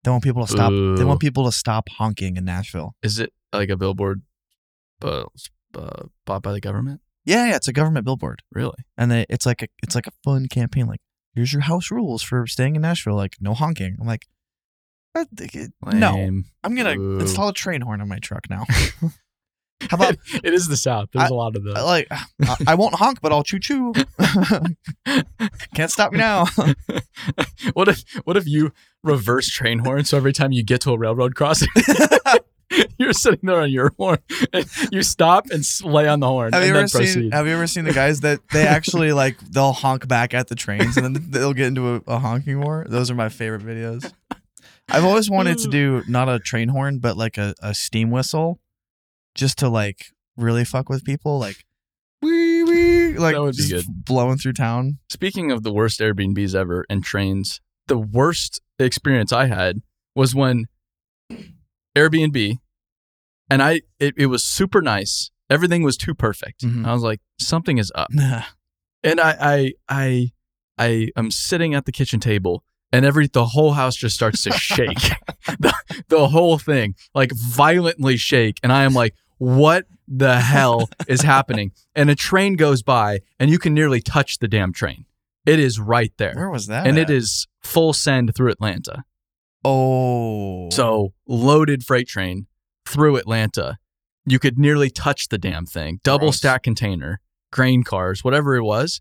Speaker 2: They want people to stop. They
Speaker 1: Ooh.
Speaker 2: want people to stop honking in Nashville.
Speaker 1: Is it like a billboard uh, uh, bought by the government?
Speaker 2: Yeah, yeah. It's a government billboard,
Speaker 1: Really?
Speaker 2: and they, it's like a it's like a fun campaign. Like here's your house rules for staying in Nashville. Like no honking. I'm like, I think it- no.
Speaker 1: Lame.
Speaker 2: I'm gonna
Speaker 1: Ooh.
Speaker 2: install a train horn on my
Speaker 1: *laughs*
Speaker 2: truck now. How about
Speaker 1: it is the South. There's a lot of
Speaker 2: I
Speaker 1: those.
Speaker 2: Uh, like I, I won't honk, but I'll
Speaker 1: *laughs*
Speaker 2: choo choo. Can't stop me now.
Speaker 1: what if what if you reverse train horn so every time you get to a railroad crossing
Speaker 2: *laughs*
Speaker 1: *laughs* you're sitting there on your horn and you stop and s- lay on the horn
Speaker 2: Have
Speaker 1: and
Speaker 2: you
Speaker 1: then
Speaker 2: ever seen?
Speaker 1: proceed.
Speaker 2: Have you ever seen the guys that they actually like? They'll honk back at the trains, and then *laughs* they'll get into a, a honking war. Those are my favorite videos. I've always
Speaker 1: *laughs*
Speaker 2: wanted to do not a train horn, but like a, a steam whistle, just to like really fuck with people, like wee wee, like
Speaker 1: That would be
Speaker 2: just
Speaker 1: good.
Speaker 2: blowing through town.
Speaker 1: Speaking of the worst Airbnbs ever and trains, the worst experience I had was when Airbnb and I it, it was super nice. Everything was too perfect.
Speaker 2: Mhm.
Speaker 1: I was like, something is up. And I I I I am sitting at the kitchen table and every the whole house just starts to shake
Speaker 2: *laughs*
Speaker 1: *laughs* the, the whole thing like violently shake and i am like what the hell is happening and a train goes by and you can nearly touch the damn train it is right there
Speaker 2: Where was that?
Speaker 1: and
Speaker 2: at?
Speaker 1: it is full send through atlanta
Speaker 2: Oh.
Speaker 1: so loaded freight train through atlanta you could nearly touch the damn thing double
Speaker 2: Gross.
Speaker 1: stack container grain cars whatever it was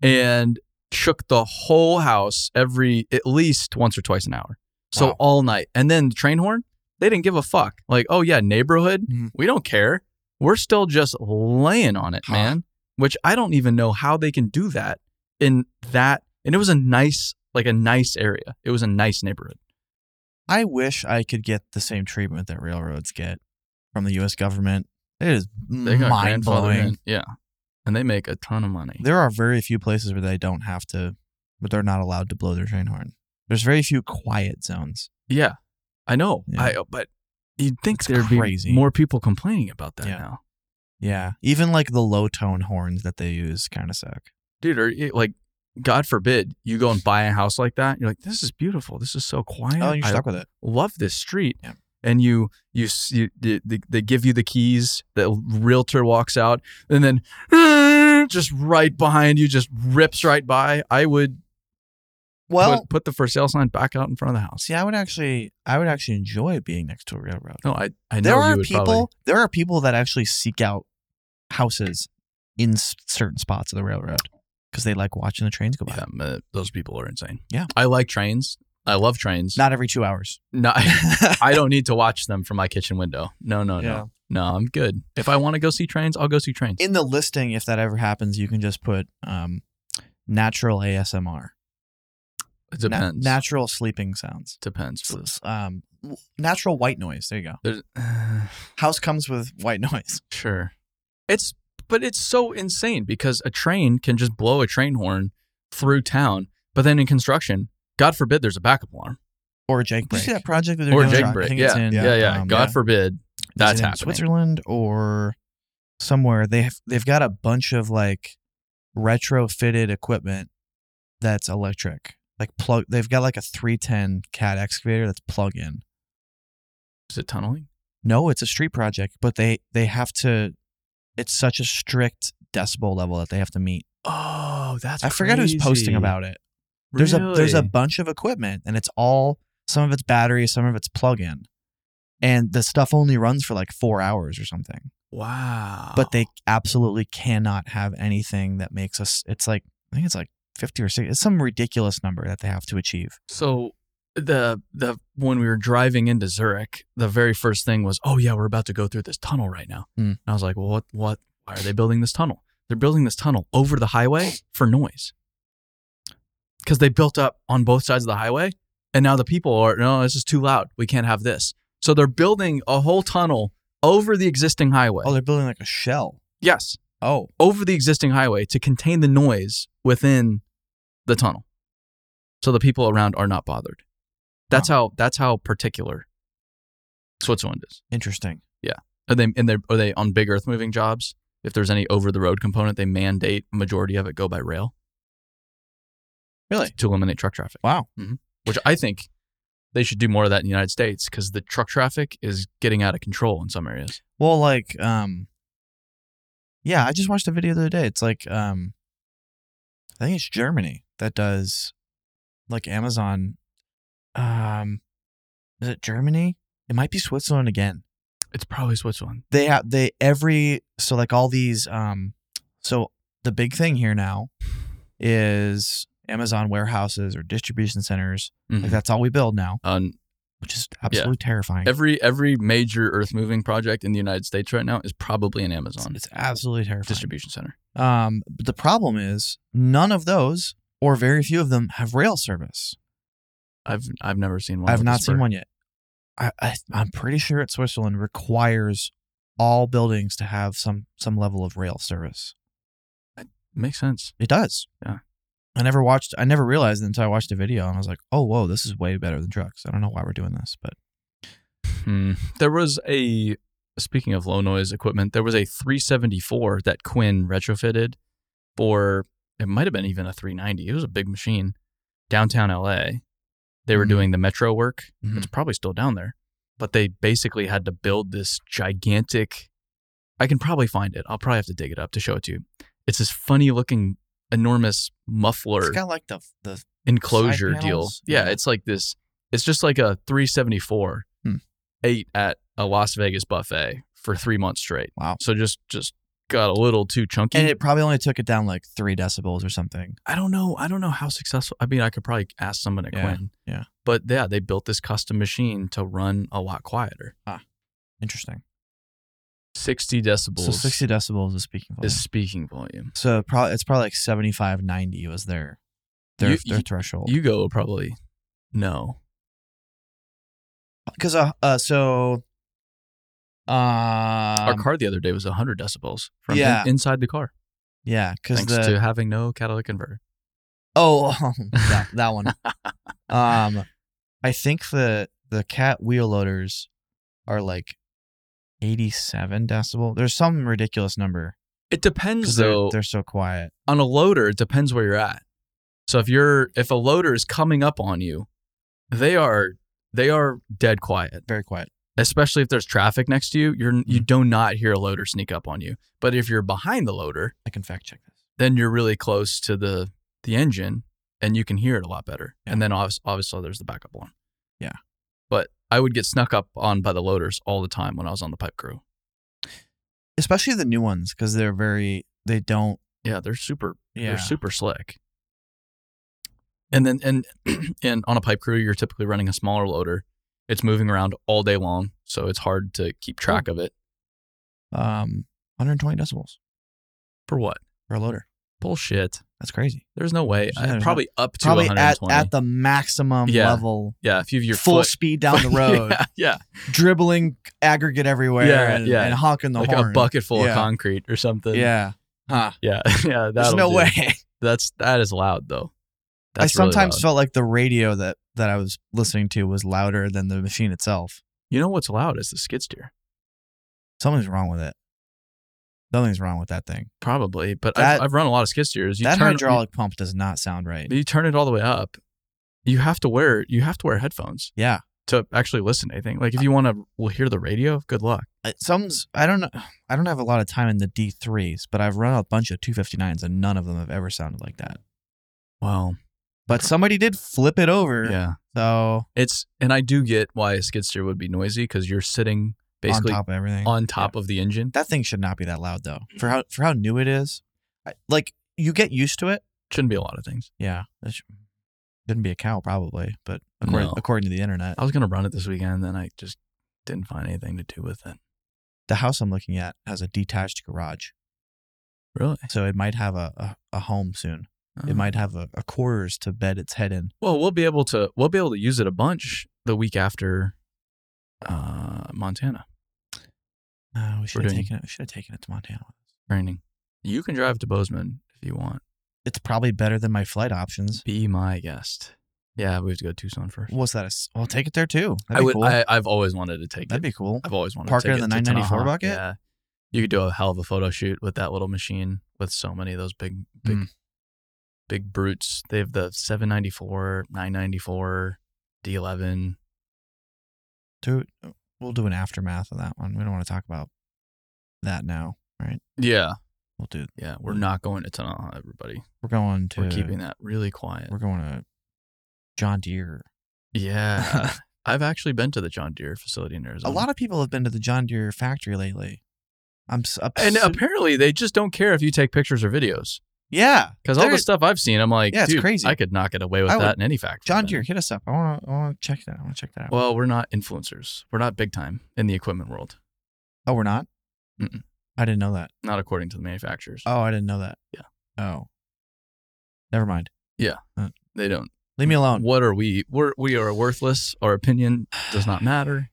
Speaker 2: Mm-hmm.
Speaker 1: and shook the whole house every at least once or twice an hour so
Speaker 2: Wow.
Speaker 1: all night and then the train horn they didn't give a fuck like oh yeah neighborhood
Speaker 2: Mhm.
Speaker 1: we don't care we're still just laying on it
Speaker 2: Huh.
Speaker 1: man which i don't even know how they can do that in that and it was a nice like a nice area it was a nice neighborhood
Speaker 2: I wish I could get the same treatment that railroads get from the U.S. government. It is
Speaker 1: They got
Speaker 2: mind blowing.
Speaker 1: Yeah. And they make a ton of money.
Speaker 2: There are very few places where they don't have to, but they're not allowed to blow their train horn. There's very few quiet zones.
Speaker 1: Yeah. I know.
Speaker 2: Yeah.
Speaker 1: I but you'd think
Speaker 2: It's
Speaker 1: there'd
Speaker 2: crazy.
Speaker 1: be more people complaining about that
Speaker 2: Yeah.
Speaker 1: now.
Speaker 2: Yeah, even like the low tone horns that they use kind of suck.
Speaker 1: Dude, or it- like God forbid you go and buy a house like that. You're like, this is beautiful. This is so quiet.
Speaker 2: Oh, you're
Speaker 1: I
Speaker 2: stuck with it.
Speaker 1: love this street.
Speaker 2: Yeah.
Speaker 1: And you, you, s- you they, they- they give you the keys. The realtor walks out, and then just right behind you, just rips right by. I would
Speaker 2: Well,
Speaker 1: put, put the for sale sign back out in front of the house.
Speaker 2: see, I would actually, I would actually enjoy being next to a railroad.
Speaker 1: No, I, I know
Speaker 2: there
Speaker 1: you
Speaker 2: are
Speaker 1: would
Speaker 2: people.
Speaker 1: probably-
Speaker 2: There are people that actually seek out houses in s- certain spots of the railroad because they like watching the trains go by.
Speaker 1: Yeah, um, uh, those people are insane.
Speaker 2: Yeah.
Speaker 1: I like trains. I love trains.
Speaker 2: *laughs* Not every two hours.
Speaker 1: No, I- *laughs* I don't need to watch them from my kitchen window. No, no,
Speaker 2: Yeah.
Speaker 1: no. No, I'm good. If I want to go see trains, I'll go see trains.
Speaker 2: in the listing, if that ever happens, you can just put um, natural ASMR.
Speaker 1: It
Speaker 2: Na-
Speaker 1: depends.
Speaker 2: natural sleeping sounds.
Speaker 1: depends.
Speaker 2: S-
Speaker 1: for this.
Speaker 2: s- Um, w- natural white noise. There you go.
Speaker 1: There's, *sighs*
Speaker 2: House comes with white *laughs* noise.
Speaker 1: sure. It's but it's so insane because a train can just blow a train horn through town, but then in construction, God forbid there's a backup alarm
Speaker 2: Or a Jake
Speaker 3: break.
Speaker 2: You see that project that they're
Speaker 1: or a
Speaker 2: doing?
Speaker 1: jake
Speaker 2: I
Speaker 1: break.
Speaker 2: think
Speaker 1: Yeah.
Speaker 2: it's in,
Speaker 1: yeah, yeah,
Speaker 2: um,
Speaker 1: God
Speaker 2: yeah.
Speaker 1: forbid
Speaker 2: Is it
Speaker 1: that's
Speaker 2: in
Speaker 1: happening.
Speaker 2: Switzerland or somewhere they have they've got a bunch of like retrofitted equipment that's electric. Like plug they've got like a 310 cat excavator that's plug in.
Speaker 1: Is it tunneling?
Speaker 2: No, it's a street project, but they they have to it's such a strict decibel level that they have to meet.
Speaker 1: Oh, that's
Speaker 2: I forgot who's
Speaker 1: crazy.
Speaker 2: posting about it. There's a there's a
Speaker 1: Really?
Speaker 2: bunch of equipment and it's all some of it's battery, some of it's plug in. And the stuff only runs for like 4 hours or something.
Speaker 1: Wow.
Speaker 2: but they absolutely cannot have anything that makes us it's like i think it's like 50 or 60 it's some ridiculous number that they have to achieve
Speaker 1: so the the when we were driving into Zurich, the very first thing was, "Oh yeah, we're about to go through this tunnel right now."
Speaker 2: Mm.
Speaker 1: And I was like, "Well, what what why are they building this tunnel? They're building this tunnel over the highway for noise." Cuz they built up on both sides of the highway, and now the people are, "No, this is too loud. We can't have this." So they're building a whole tunnel over the existing highway.
Speaker 2: oh they're building like a shell
Speaker 1: yes,
Speaker 2: oh
Speaker 1: over the existing highway to contain the noise within the tunnel so the people around are not bothered that's how that's how particular switzerland is
Speaker 2: interesting
Speaker 1: are they and they are they on big earth moving jobs if there's any over the road component they mandate majority of it go by rail
Speaker 2: Really?
Speaker 1: to eliminate truck traffic
Speaker 2: wow
Speaker 1: which i think they should do more of that in the united states because the truck traffic is getting out of control in some areas
Speaker 2: well like um yeah i just watched a video the other day it's like um i think it's germany that does like amazon um is it germany it might be switzerland again
Speaker 1: it's probably switzerland
Speaker 2: they have they every so like all these um so the big thing here now is Amazon warehouses or distribution centers. Like
Speaker 1: Mhm.
Speaker 2: that's all we build now,
Speaker 1: Um,
Speaker 2: which is absolutely terrifying.
Speaker 1: every every major earth moving project in the united states right now is probably an
Speaker 2: it's,
Speaker 1: amazon
Speaker 2: it's absolutely terrifying.
Speaker 1: distribution center.
Speaker 2: Um, but the problem is none of those or very few of them have rail service.
Speaker 1: I've I've never seen one.
Speaker 2: I've
Speaker 1: with
Speaker 2: not
Speaker 1: a
Speaker 2: seen
Speaker 1: spur.
Speaker 2: one yet. I, I I'm pretty sure it's Switzerland requires all buildings to have some some level of rail service.
Speaker 1: Makes sense.
Speaker 2: It does.
Speaker 1: Yeah.
Speaker 2: I never watched. I never realized it until I watched a video, and I was like, "Oh, whoa, this is way better than trucks." I don't know why we're doing this, but
Speaker 1: Hmm. There was a speaking of low noise equipment. There was a 374 that Quinn retrofitted for. It might have been even a 390. It was a big machine downtown LA, They were
Speaker 2: Mhm.
Speaker 1: doing the metro work.
Speaker 2: Mhm.
Speaker 1: It's probably still down there, but they basically had to build this gigantic. I can probably find it. I'll probably have to dig it up to show it to you. It's this funny looking enormous
Speaker 2: It's
Speaker 1: muffler
Speaker 2: got like the the
Speaker 1: enclosure
Speaker 2: side
Speaker 1: deal.
Speaker 2: panels?
Speaker 1: Yeah,
Speaker 2: Yeah.
Speaker 1: it's like this. It's just like a 374
Speaker 2: Hmm.
Speaker 1: ate at a Las Vegas buffet for three months straight.
Speaker 2: Wow.
Speaker 1: So just just got a little too chunky.
Speaker 2: and it probably only took it down like three decibels or something.
Speaker 1: I don't know. I don't know how successful. I mean, I could probably ask someone at
Speaker 2: Yeah,
Speaker 1: Quinn.
Speaker 2: yeah.
Speaker 1: But yeah, they built this custom machine to run a lot quieter.
Speaker 2: Interesting.
Speaker 1: 60 decibels
Speaker 2: So sixty decibels is speaking volume.
Speaker 1: is speaking volume.
Speaker 2: so probably it's probably like 75, 90 was their their,
Speaker 1: You-
Speaker 2: their
Speaker 1: you-
Speaker 2: threshold.
Speaker 1: You go probably no.
Speaker 2: Because uh, uh so um,
Speaker 1: Our car the other day was 100 decibels from in-
Speaker 2: yeah.
Speaker 1: inside the car,
Speaker 2: yeah, because
Speaker 1: thanks
Speaker 2: the
Speaker 1: to having no catalytic converter.
Speaker 2: Oh, *laughs*
Speaker 1: *laughs*
Speaker 2: that, that one. um, I think the the cat wheel loaders are like eighty-seven decibel. There's some ridiculous number
Speaker 1: It depends
Speaker 2: because they're,
Speaker 1: though.
Speaker 2: they're so quiet.
Speaker 1: on a loader, it depends where you're at. So if you're if a loader is coming up on you, they are they are dead quiet.
Speaker 2: Very quiet.
Speaker 1: Especially if there's traffic next to you, you're
Speaker 2: Mm.
Speaker 1: you do not hear a loader sneak up on you. But if you're behind the loader,
Speaker 2: I can fact check this.
Speaker 1: then you're really close to the the engine and you can hear it a lot better.
Speaker 2: Yeah.
Speaker 1: And then obviously, obviously there's the backup alarm.
Speaker 2: Yeah.
Speaker 1: But I would get snuck up on by the loaders all the time when I was on the pipe crew.
Speaker 2: Especially the new ones because they're very. They don't.
Speaker 1: Yeah, they're super
Speaker 2: Yeah.
Speaker 1: They're super slick. And then and *clears throat* and on a pipe crew, you're typically running a smaller loader. It's moving around all day long, so it's hard to keep track of it.
Speaker 2: um, 120 decibels
Speaker 1: For what?
Speaker 2: for a loader.
Speaker 1: Bullshit.
Speaker 2: That's crazy.
Speaker 1: There's no way.
Speaker 2: Yeah, there's
Speaker 1: I,
Speaker 2: not-
Speaker 1: probably up to
Speaker 2: Probably at
Speaker 1: 120.
Speaker 2: at the maximum
Speaker 1: Yeah.
Speaker 2: level.
Speaker 1: yeah, if you've your
Speaker 2: full
Speaker 1: foot
Speaker 2: speed down the
Speaker 1: *laughs*
Speaker 2: road,
Speaker 1: yeah, yeah,
Speaker 2: dribbling aggregate everywhere,
Speaker 1: Yeah,
Speaker 2: and,
Speaker 1: yeah.
Speaker 2: and honking the
Speaker 1: like
Speaker 2: horn.
Speaker 1: a bucket full
Speaker 2: Yeah.
Speaker 1: of concrete or something.
Speaker 2: Yeah. Huh.
Speaker 1: yeah, *laughs* yeah.
Speaker 2: There's
Speaker 1: that'll
Speaker 2: no
Speaker 1: do.
Speaker 2: way.
Speaker 1: That's that is loud though.
Speaker 2: I
Speaker 1: That's really
Speaker 2: sometimes
Speaker 1: loud.
Speaker 2: felt like the radio that that I was listening to was louder than the machine itself.
Speaker 1: you know what's loud is the skid steer,
Speaker 2: Something's wrong with it. Something's wrong with that thing.
Speaker 1: probably. But
Speaker 2: That-
Speaker 1: I've, I've run a lot of skid steers. You
Speaker 2: that
Speaker 1: turn,
Speaker 2: hydraulic pump does not sound right.
Speaker 1: But you turn it all the way up, you have to wear you have to wear headphones
Speaker 2: Yeah.
Speaker 1: to actually listen to anything. Like if you want to well, hear the radio, good luck.
Speaker 2: Uh, Some's I don't know I don't have a lot of time in the D3s, but I've run a bunch of 259s and none of them have ever sounded like that.
Speaker 1: Wow.
Speaker 2: But somebody did flip it over.
Speaker 1: Yeah.
Speaker 2: So
Speaker 1: It's and I do get why a skid steer would be noisy because you're sitting basically
Speaker 2: on
Speaker 1: on
Speaker 2: top of everything.
Speaker 1: top, of the engine.
Speaker 2: that thing should not be that loud though. For how for how new it is. I, like you get used to it.
Speaker 1: Shouldn't be a lot of things.
Speaker 2: Yeah. That sh- didn't be a cow probably, but according,
Speaker 1: No. Oh.
Speaker 2: according to the internet.
Speaker 1: I was gonna run it this weekend, then I just didn't find anything to do with it.
Speaker 2: the house I'm looking at has a detached garage,
Speaker 1: Really?
Speaker 2: so it might have a, a, a home soon.
Speaker 1: Oh.
Speaker 2: It might have a, a quarters to bed its head in.
Speaker 1: Well, we'll be able to we'll be able to use it a bunch the week after uh, Montana
Speaker 2: Uh, we should have
Speaker 1: doing-
Speaker 2: taken it. We should have taken it to Montana.
Speaker 1: training. You can drive to Bozeman if you want.
Speaker 2: It's probably better than my flight options.
Speaker 1: Be my guest. Yeah, we have to go to Tucson first.
Speaker 2: What's that? A s- Well, take it there too.
Speaker 1: I
Speaker 2: That'd be
Speaker 1: would.
Speaker 2: cool.
Speaker 1: I, I've always wanted to take
Speaker 2: That'd
Speaker 1: it.
Speaker 2: be cool.
Speaker 1: I've always wanted
Speaker 2: Park
Speaker 1: to
Speaker 2: it
Speaker 1: take
Speaker 2: in the
Speaker 1: to
Speaker 2: 994
Speaker 1: Tanaha.
Speaker 2: bucket?
Speaker 1: Yeah, you could do a hell of a photo shoot with that little machine with so many of those big, big,
Speaker 2: Mm.
Speaker 1: big brutes. They have the 794, 994, D11.
Speaker 2: Do we'll do an aftermath of that one. We don't want to talk about that now.
Speaker 1: Yeah,
Speaker 2: We'll do.
Speaker 1: yeah. We're
Speaker 2: Mm.
Speaker 1: not going to Tanaha, everybody.
Speaker 2: We're going to.
Speaker 1: We're keeping that really quiet.
Speaker 2: We're going to John Deere. *laughs*
Speaker 1: Yeah, *laughs* I've actually been to the John Deere facility in Arizona.
Speaker 2: A lot of people have been to the John Deere factory lately. I'm. s-
Speaker 1: and
Speaker 2: upset-
Speaker 1: apparently they just don't care if you take pictures or videos.
Speaker 2: yeah,
Speaker 1: Because all
Speaker 2: They're-
Speaker 1: the stuff I've seen, I'm like,
Speaker 2: Yeah, it's
Speaker 1: dude,
Speaker 2: crazy.
Speaker 1: I could not get away with
Speaker 2: I would-
Speaker 1: that in any factory.
Speaker 2: John
Speaker 1: then.
Speaker 2: Deere, hit us up. I want to. I want to check that. I want to check that out.
Speaker 1: Well, we're not influencers. We're not big time in the equipment world,
Speaker 2: oh, we're not.
Speaker 1: Mm-mm.
Speaker 2: I didn't know that.
Speaker 1: not according to the manufacturers.
Speaker 2: Oh, I didn't know that.
Speaker 1: Yeah.
Speaker 2: Oh. Never mind.
Speaker 1: they don't.
Speaker 2: Leave me alone.
Speaker 1: What are we? We're we are worthless. Our opinion does not matter.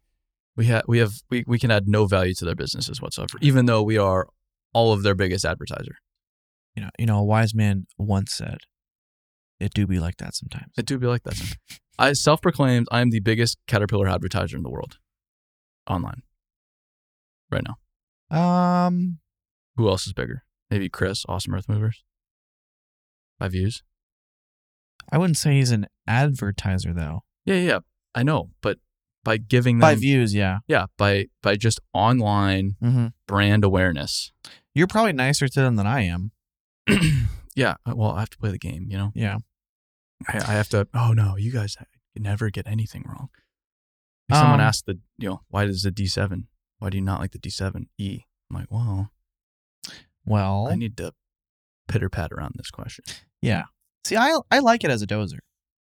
Speaker 1: We have we have we, we can add no value to their businesses whatsoever, even though we are all of their biggest advertiser.
Speaker 2: *sighs* You know. You know. A wise man once said, "It do be like that sometimes."
Speaker 1: It do be like that. sometimes. I self proclaimed I am the biggest Caterpillar advertiser in the world, online. Right now,
Speaker 2: Um.
Speaker 1: who else is bigger? Maybe Chris, Awesome Earth Movers. By views,
Speaker 2: I wouldn't say he's an advertiser though.
Speaker 1: Yeah, yeah, I know, but by giving them
Speaker 2: By views, yeah.
Speaker 1: yeah, by by just online
Speaker 2: Mm-hmm.
Speaker 1: brand
Speaker 2: *clears throat*
Speaker 1: awareness.
Speaker 2: You're probably nicer to them than I am.
Speaker 1: yeah, uh, well, I have to play the game, you know.
Speaker 2: Yeah.
Speaker 1: I, I have to. Oh no, you guys never get anything wrong. Like someone
Speaker 2: Um,
Speaker 1: asked the, you know, why does the D seven? Why do you not like the D seven E? I'm like, well,
Speaker 2: Well,
Speaker 1: I need to pitter pat around this question.
Speaker 2: yeah. See, I I like it as a dozer.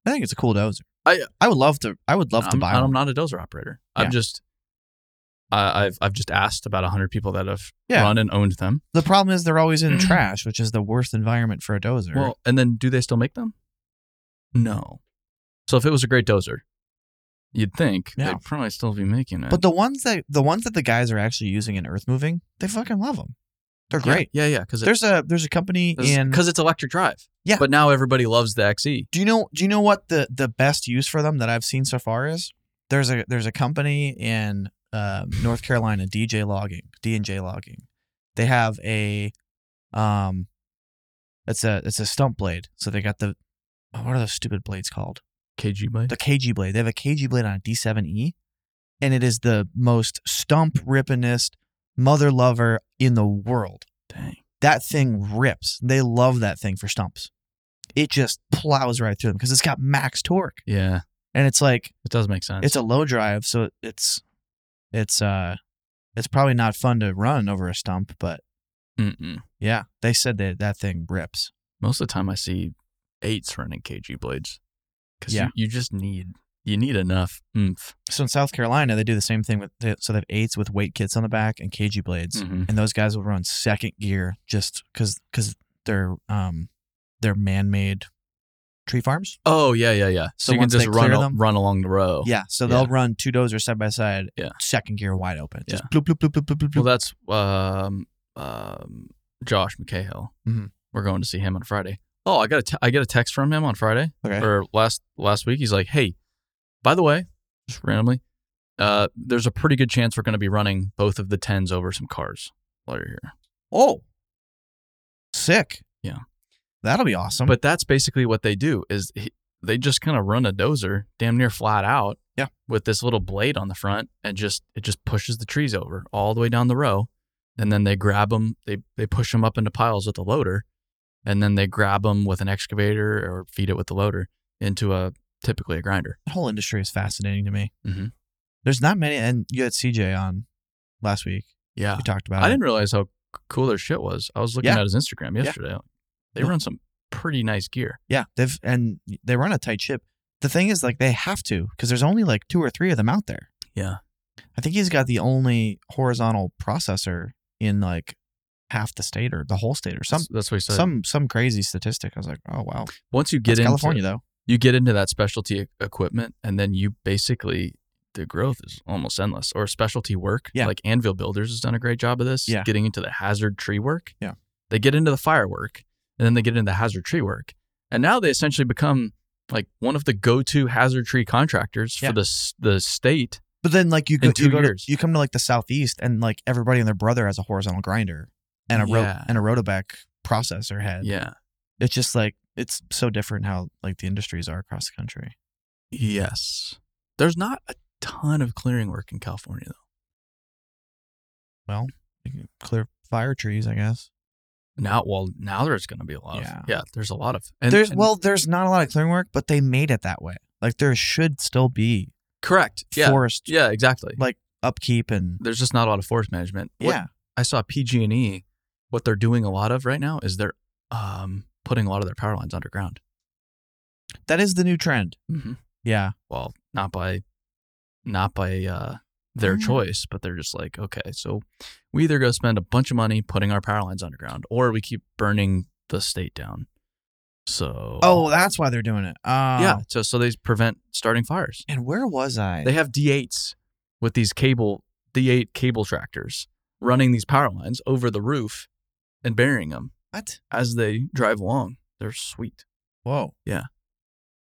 Speaker 2: I think it's a cool dozer.
Speaker 1: I-
Speaker 2: I would love to. I would love to
Speaker 1: I'm,
Speaker 2: buy
Speaker 1: I'm
Speaker 2: one.
Speaker 1: not a dozer operator.
Speaker 2: Yeah.
Speaker 1: I'm just, I, I've I've just asked about hundred people that have
Speaker 2: Yeah.
Speaker 1: run and owned them.
Speaker 2: The problem is they're
Speaker 1: *clears throat*
Speaker 2: always in trash, which is the worst environment for a dozer.
Speaker 1: Well, and then do they still make them? No. So if it was a great dozer, you'd think
Speaker 2: Yeah.
Speaker 1: they'd probably still be making it.
Speaker 2: but the ones that the ones that the guys are actually using in earth moving, they fucking love them. They're
Speaker 1: Yeah,
Speaker 2: great.
Speaker 1: yeah, yeah, because
Speaker 2: There's a there's a company in
Speaker 1: because it's electric drive.
Speaker 2: Yeah.
Speaker 1: But now everybody loves the E. XE.
Speaker 2: Do you know do you know what the the best use for them that I've seen so far is? There's a there's a company in um, North Carolina, DJ Logging, D and J Logging. They have a um it's a it's a stump blade. So they got the oh, what are those stupid blades called?
Speaker 1: KG bike.
Speaker 2: The KG blade. They have a KG blade on a D7E and it is the most stump rippinest mother lover in the world.
Speaker 1: Dang.
Speaker 2: that thing rips. They love that thing for stumps. It just plows right through them because it's got max torque,
Speaker 1: Yeah,
Speaker 2: and it's like
Speaker 1: it does make sense.
Speaker 2: it's a low drive, so it's it's uh it's probably not fun to run over a stump, but
Speaker 1: Mm-mm.
Speaker 2: yeah, they said that that thing rips.
Speaker 1: Most of the time, I see eights running KG blades because
Speaker 2: Yeah.
Speaker 1: you, you just need you need enough oomph.
Speaker 2: So in South Carolina, they do the same thing with so they have eights with weight kits on the back and KG blades,
Speaker 1: Mhm.
Speaker 2: and those guys will run second gear just because because they're um they're man made tree farms.
Speaker 1: Oh yeah, yeah, yeah.
Speaker 2: So
Speaker 1: So, you can
Speaker 2: once they
Speaker 1: just run
Speaker 2: clear
Speaker 1: al-
Speaker 2: them-
Speaker 1: run along the row.
Speaker 2: Yeah, so
Speaker 1: Yeah.
Speaker 2: they'll run two dozers side by side,
Speaker 1: Yeah.
Speaker 2: second gear wide open. Just
Speaker 1: Yeah.
Speaker 2: bloop, bloop, bloop, bloop, bloop, bloop.
Speaker 1: Well, that's um, um, Josh McCahill.
Speaker 2: Mhm.
Speaker 1: We're going to see him on Friday. Oh, I got a te- I get a text from him on Friday.
Speaker 2: okay.
Speaker 1: or last last week. He's like, "Hey, by the way, just randomly, uh, there's a pretty good chance we're going to be running both of the tens over some cars while you're here."
Speaker 2: oh, sick.
Speaker 1: Yeah.
Speaker 2: That'll be awesome.
Speaker 1: But that's basically what they do is he, they just kind of run a dozer damn near flat out,
Speaker 2: Yeah.
Speaker 1: with this little blade on the front and just it just pushes the trees over all the way down the row, and then they grab them, they they push them up into piles with a loader, and then they grab them with an excavator or feed it with the loader into a typically a grinder.
Speaker 2: the whole industry is fascinating to me.
Speaker 1: Mhm.
Speaker 2: There's not many, and you had CJ on last week.
Speaker 1: Yeah,
Speaker 2: We talked about
Speaker 1: Ah, I
Speaker 2: it.
Speaker 1: didn't realize how cool their shit was. I was looking
Speaker 2: Uh, Yeah.
Speaker 1: at his Instagram
Speaker 2: Yeah.
Speaker 1: yesterday. They
Speaker 2: Yeah.
Speaker 1: run some pretty nice gear.
Speaker 2: Yeah, they've and they run a tight ship. The thing is, like, they have to because there's only like two or three of them out there.
Speaker 1: Yeah.
Speaker 2: I think he's got the only horizontal processor in like half the state or the whole state or some
Speaker 1: That's- that's what he said.
Speaker 2: some some crazy statistic. I was like, oh wow,
Speaker 1: Once you get
Speaker 2: That's
Speaker 1: into
Speaker 2: California though.
Speaker 1: you get into that specialty e- equipment, and then you basically the growth is almost endless. Or specialty work,
Speaker 2: Yeah.
Speaker 1: Like Anvil Builders has done a great job of this.
Speaker 2: Yeah.
Speaker 1: Getting into the hazard tree work.
Speaker 2: Yeah.
Speaker 1: They get into the firework, and then they get into the hazard tree work, and now they essentially become like one of the go-to hazard tree contractors
Speaker 2: Yeah.
Speaker 1: for the s- the state.
Speaker 2: But then like you go,
Speaker 1: In two
Speaker 2: you, go to-
Speaker 1: years.
Speaker 2: you come to like the southeast and like everybody and their brother has a horizontal grinder and a ro-
Speaker 1: Yeah.
Speaker 2: and a rotoback processor head.
Speaker 1: Yeah.
Speaker 2: It's just like it's so different how like the industries are across the country.
Speaker 1: Yes. There's not a ton of clearing work in California though.
Speaker 2: You can clear fire trees, I guess.
Speaker 1: Now well now there's gonna be a lot
Speaker 2: Yeah.
Speaker 1: of yeah, there's a lot of and,
Speaker 2: there's
Speaker 1: and-
Speaker 2: well, there's not a lot of clearing work, but they made it that way. Like there should still be
Speaker 1: correct. Yeah.
Speaker 2: forest
Speaker 1: yeah, exactly.
Speaker 2: like- upkeep and
Speaker 1: there's just not a lot of forest management. What-
Speaker 2: yeah,
Speaker 1: I saw PG and E, what they're doing a lot of right now is they're um putting a lot of their power lines underground.
Speaker 2: that is the new trend.
Speaker 1: Mm-hmm.
Speaker 2: Yeah,
Speaker 1: Well, not by not by uh their
Speaker 2: Mm.
Speaker 1: choice, but they're just like, okay, so we either go spend a bunch of money putting our power lines underground or we keep burning the state down. So
Speaker 2: Oh, that's why they're doing it. Uh,
Speaker 1: Yeah. So so they prevent starting fires.
Speaker 2: And where was I?
Speaker 1: They have D8s with these cable D8 cable tractors running these power lines over the roof and burying them
Speaker 2: what?
Speaker 1: as they drive along. They're sweet.
Speaker 2: Whoa.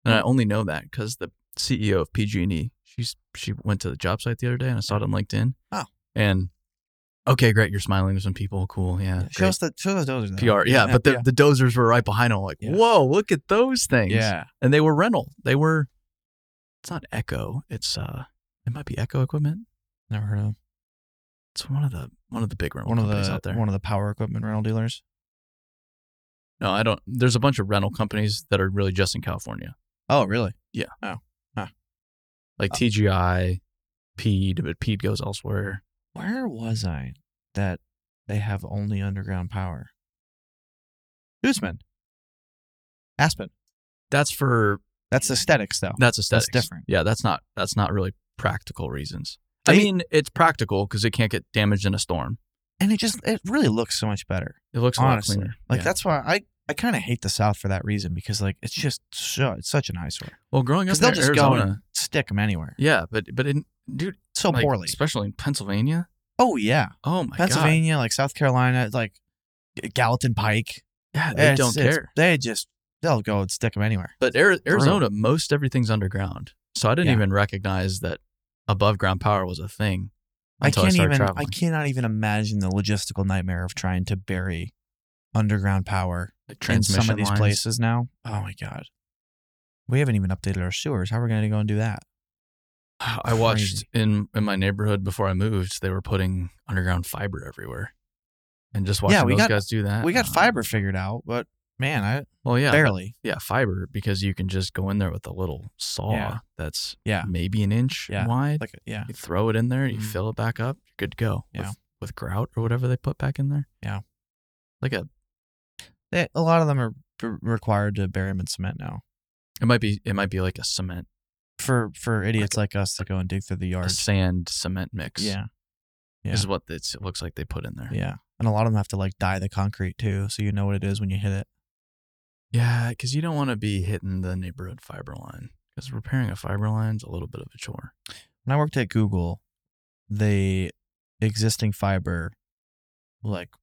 Speaker 1: And I only know that because the CEO of PG&E, E, she's she went to the job site the other day and I saw it on LinkedIn.
Speaker 2: Oh.
Speaker 1: And okay, great, you're smiling with some people. Cool. Yeah.
Speaker 2: Show us the show us those. though.
Speaker 1: great. PR. Yeah, but the,
Speaker 2: yeah.
Speaker 1: the dozers were right behind them like,
Speaker 2: Yeah.
Speaker 1: "Whoa, look at those things."
Speaker 2: Yeah.
Speaker 1: And they were rental. They were It's not Echo. It's uh, it might be Echo Equipment.
Speaker 2: Never heard of them.
Speaker 1: It's one of the one of the big rental
Speaker 2: one of
Speaker 1: companies
Speaker 2: the
Speaker 1: out there.
Speaker 2: one of the power equipment rental dealers.
Speaker 1: No, I don't. There's a bunch of rental companies that are really just in California,
Speaker 2: Oh, really?
Speaker 1: like TGI, Pede, but Pede goes elsewhere.
Speaker 2: Where was I that they have only underground power? Gooseman. Aspen.
Speaker 1: That's for
Speaker 2: That's aesthetics, though.
Speaker 1: that's aesthetics.
Speaker 2: different.
Speaker 1: Yeah, that's not that's not really practical reasons. I
Speaker 2: They-
Speaker 1: mean, it's practical because it can't get damaged in a storm.
Speaker 2: and it just it really looks so much better.
Speaker 1: It looks a
Speaker 2: honestly,
Speaker 1: lot cleaner.
Speaker 2: like
Speaker 1: Yeah.
Speaker 2: that's why I I kind of hate the South for that reason because like it's just so it's such an eyesore.
Speaker 1: well, growing up
Speaker 2: Because
Speaker 1: in
Speaker 2: they'll just
Speaker 1: Arizona,
Speaker 2: go and stick them anywhere
Speaker 1: yeah, but but in dude,
Speaker 2: so
Speaker 1: like,
Speaker 2: poorly.
Speaker 1: especially in Pennsylvania.
Speaker 2: Oh yeah,
Speaker 1: Oh my god,
Speaker 2: Pennsylvania, like South Carolina, like Gallatin Pike.
Speaker 1: yeah, Uh, they
Speaker 2: It's-
Speaker 1: don't
Speaker 2: it's-
Speaker 1: care.
Speaker 2: They just they'll go and stick them anywhere.
Speaker 1: But Ari- Arizona, most everything's underground, so I didn't
Speaker 2: Yeah.
Speaker 1: even recognize that above ground power was a thing.
Speaker 2: I
Speaker 1: Until I,
Speaker 2: can't
Speaker 1: started
Speaker 2: even
Speaker 1: traveling.
Speaker 2: I cannot even imagine the logistical nightmare of trying to bury underground power
Speaker 1: Like,
Speaker 2: in some of
Speaker 1: transmission
Speaker 2: these
Speaker 1: lines.
Speaker 2: places now. Oh my god. We haven't even updated our sewers. How are we going to go and do that?
Speaker 1: *sighs* I watched
Speaker 2: Crazy.
Speaker 1: in in my neighborhood before I moved. They were putting underground fiber everywhere, and just watching
Speaker 2: we
Speaker 1: those
Speaker 2: got-
Speaker 1: guys do that.
Speaker 2: We got
Speaker 1: uh,
Speaker 2: fiber figured out, but man, I
Speaker 1: Well, yeah, but-
Speaker 2: barely.
Speaker 1: yeah, fiber because you can just go in there with a little saw
Speaker 2: Yeah.
Speaker 1: that's *laughs*
Speaker 2: Yeah.
Speaker 1: maybe an inch
Speaker 2: Yeah.
Speaker 1: wide.
Speaker 2: Like yeah.
Speaker 1: you throw it in there, you
Speaker 2: Mhm.
Speaker 1: fill it back up, you're good to go.
Speaker 2: Yeah.
Speaker 1: With, with grout or whatever they put back in there.
Speaker 2: Yeah.
Speaker 1: Like a
Speaker 2: They, a lot of them are b- required to bury them in cement now.
Speaker 1: it might be it might be like a cement
Speaker 2: For for idiots like, us to go and dig through the
Speaker 1: a
Speaker 2: yard.
Speaker 1: sand cement mix.
Speaker 2: Yeah,
Speaker 1: Is
Speaker 2: yeah.
Speaker 1: what it's, it looks like they put in there.
Speaker 2: yeah. And a lot of them have to like dye the concrete too, so you know what it is when you hit it.
Speaker 1: Yeah, because you don't want to be hitting the neighborhood fiber line. Because repairing a fiber line's a little bit of a chore.
Speaker 2: When I worked at Google, the existing fiber, like, *sighs*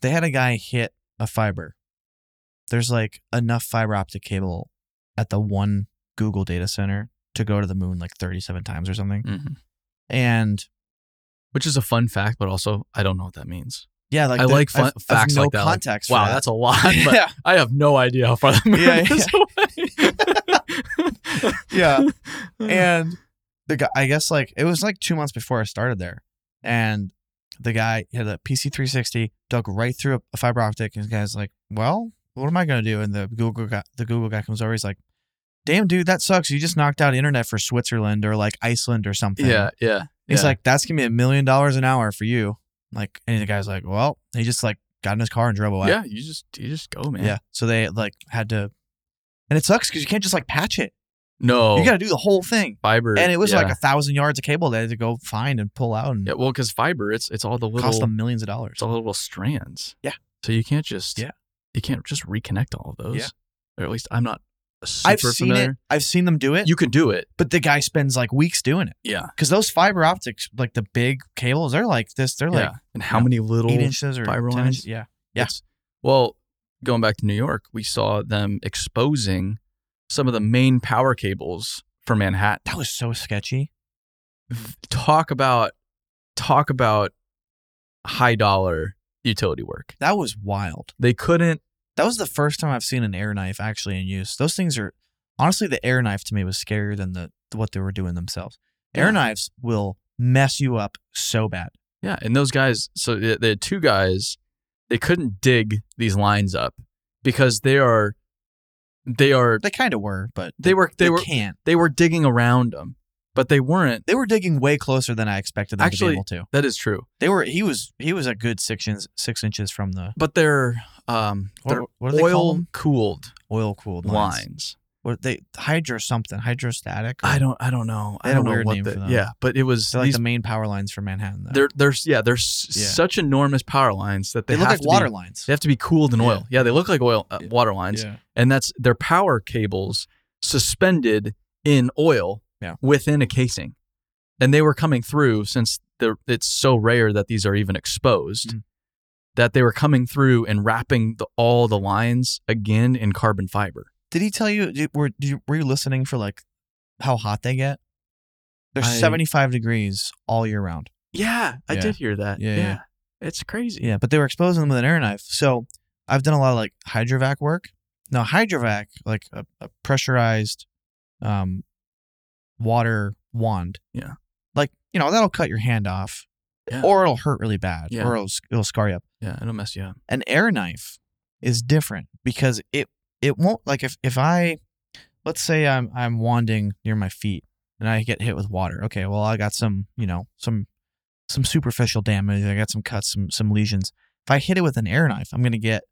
Speaker 2: they had a guy hit a fiber. There's like enough fiber optic cable at the one Google data center to go to the moon like 37 times or something.
Speaker 1: Mm-hmm.
Speaker 2: And
Speaker 1: Which is a fun fact, but also I don't know what that means.
Speaker 2: Yeah, like
Speaker 1: I
Speaker 2: the-
Speaker 1: like fun-
Speaker 2: I've- I've
Speaker 1: facts
Speaker 2: no
Speaker 1: like that, like,
Speaker 2: context.
Speaker 1: wow,
Speaker 2: for that.
Speaker 1: that's a
Speaker 2: *laughs*
Speaker 1: lot. But
Speaker 2: yeah,
Speaker 1: I have no idea how far the moon
Speaker 2: Yeah,
Speaker 1: is
Speaker 2: *laughs*
Speaker 1: *laughs*
Speaker 2: yeah.
Speaker 1: away.
Speaker 2: And the guy, I guess, like it was like two months before I started there, and the guy had a PC 360, dug right through a, a fiber optic, and the guy's like, "Well, what am I gonna do?" And the Google guy, the Google guy comes over, he's like, "Damn, dude, that sucks. You just knocked out internet for Switzerland or like Iceland or something."
Speaker 1: yeah, yeah.
Speaker 2: He's
Speaker 1: yeah.
Speaker 2: like, that's gonna be a million dollars an hour for you. Like, and the guy's like, well, he just like got in his car and drove away.
Speaker 1: yeah, you just you just go, man.
Speaker 2: Yeah. So they like had to, and it sucks because you can't just like patch it.
Speaker 1: No,
Speaker 2: You got to do the whole thing.
Speaker 1: fiber,
Speaker 2: And it was
Speaker 1: yeah.
Speaker 2: like a thousand yards of cable they had to go find and pull out and
Speaker 1: yeah, well, because fiber, it's it's all the little
Speaker 2: cost them millions of dollars.
Speaker 1: it's all the little strands.
Speaker 2: Yeah.
Speaker 1: So you can't just
Speaker 2: Yeah.
Speaker 1: you can't just reconnect all of those.
Speaker 2: Yeah.
Speaker 1: Or at least I'm not super
Speaker 2: I've seen
Speaker 1: familiar.
Speaker 2: it. I've seen them do it.
Speaker 1: You can do it.
Speaker 2: but the guy spends like weeks doing it
Speaker 1: Yeah.
Speaker 2: because those fiber optics, like the big cables, they're like this. They're
Speaker 1: yeah.
Speaker 2: like
Speaker 1: And how
Speaker 2: you know,
Speaker 1: many little
Speaker 2: eight inches or
Speaker 1: fiber
Speaker 2: 10
Speaker 1: lines.
Speaker 2: inches. Yeah. Yeah.
Speaker 1: It's- Well, going back to New York, we saw them exposing some of the main power cables for Manhattan.
Speaker 2: That was so sketchy.
Speaker 1: talk about talk about high dollar utility work.
Speaker 2: That was wild.
Speaker 1: They couldn't.
Speaker 2: That was the first time I've seen an air knife actually in use. Those things are honestly the air knife to me was scarier than the what they were doing themselves. Air
Speaker 1: Yeah.
Speaker 2: knives will mess you up so bad.
Speaker 1: Yeah, and those guys. So the the two guys, they couldn't dig these lines up because they are, they are
Speaker 2: They kind of were, but
Speaker 1: they were
Speaker 2: they,
Speaker 1: they were
Speaker 2: can't.
Speaker 1: they were digging around them, but they weren't.
Speaker 2: They were digging way closer than I expected them
Speaker 1: Actually-
Speaker 2: to be able to.
Speaker 1: That is true.
Speaker 2: They were. He was. He was a good six inches. Six inches from the
Speaker 1: But they're um
Speaker 2: what,
Speaker 1: they're
Speaker 2: what do they call
Speaker 1: oil
Speaker 2: them?
Speaker 1: cooled
Speaker 2: Oil cooled lines.
Speaker 1: lines.
Speaker 2: What they hydro something hydrostatic.
Speaker 1: I don't I don't know.
Speaker 2: They
Speaker 1: I
Speaker 2: had a
Speaker 1: don't know
Speaker 2: weird
Speaker 1: what
Speaker 2: name
Speaker 1: the
Speaker 2: for them.
Speaker 1: yeah, but it was
Speaker 2: They're like
Speaker 1: these,
Speaker 2: the main power lines for Manhattan. Though.
Speaker 1: they're there's yeah there's
Speaker 2: Yeah.
Speaker 1: such enormous power lines that they,
Speaker 2: They look
Speaker 1: have
Speaker 2: like
Speaker 1: to
Speaker 2: water
Speaker 1: Be,
Speaker 2: lines.
Speaker 1: they have to be cooled in
Speaker 2: Yeah.
Speaker 1: oil. Yeah, they look like oil uh,
Speaker 2: Yeah.
Speaker 1: water lines,
Speaker 2: Yeah.
Speaker 1: and that's their power cables suspended in oil
Speaker 2: Yeah.
Speaker 1: within a casing, and they were coming through since they're, it's so rare that these are even exposed.
Speaker 2: Mhm.
Speaker 1: That they were coming through and wrapping the, all the lines again in carbon fiber.
Speaker 2: Did he tell you? Did, were did you, were you listening for like how hot they get? They're
Speaker 1: I-
Speaker 2: 75 degrees all year round.
Speaker 1: Yeah, I
Speaker 2: Yeah.
Speaker 1: did hear that.
Speaker 2: Yeah,
Speaker 1: Yeah,
Speaker 2: yeah.
Speaker 1: it's crazy.
Speaker 2: Yeah, but they were exposing them with an air knife. So I've done a lot of like hydrovac work, Now hydrovac, like a, a pressurized um, water wand.
Speaker 1: Yeah.
Speaker 2: Like you know that'll cut your hand off,
Speaker 1: Yeah.
Speaker 2: or it'll hurt really bad,
Speaker 1: Yeah.
Speaker 2: or it'll, s- it'll scar you up.
Speaker 1: Yeah, it'll mess you up.
Speaker 2: An air knife is different because it it won't like if if I let's say I'm I'm wanding near my feet and I get hit with water. Okay, well I got some you know some some superficial damage. I got some cuts, some some lesions. If I hit it with an air knife, I'm gonna get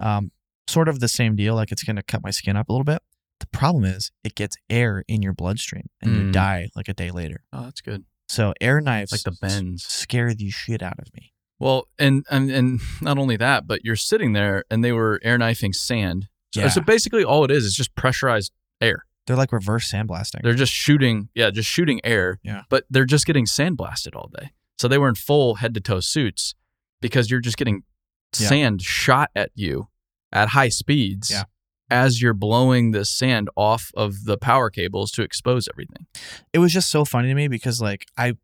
Speaker 2: um, sort of the same deal. Like it's gonna cut my skin up a little bit. The problem is it gets air in your bloodstream and you
Speaker 1: Mm.
Speaker 2: die like a day later.
Speaker 1: Oh, that's good.
Speaker 2: So air knives
Speaker 1: Like the
Speaker 2: s-
Speaker 1: bends.
Speaker 2: scare the shit out of me.
Speaker 1: Well, and and and *laughs* not only that, but you're sitting there and they were air knifing sand. So,
Speaker 2: Yeah.
Speaker 1: so basically, all it is is just pressurized air.
Speaker 2: They're like reverse sandblasting.
Speaker 1: They're just shooting, yeah, just shooting air.
Speaker 2: Yeah.
Speaker 1: But they're just getting sandblasted all day. So they were in full head to toe suits because you're just getting
Speaker 2: Yeah.
Speaker 1: sand shot at you at high speeds
Speaker 2: Yeah.
Speaker 1: as you're blowing this sand off of the power cables to expose everything.
Speaker 2: it was just so funny to me because like I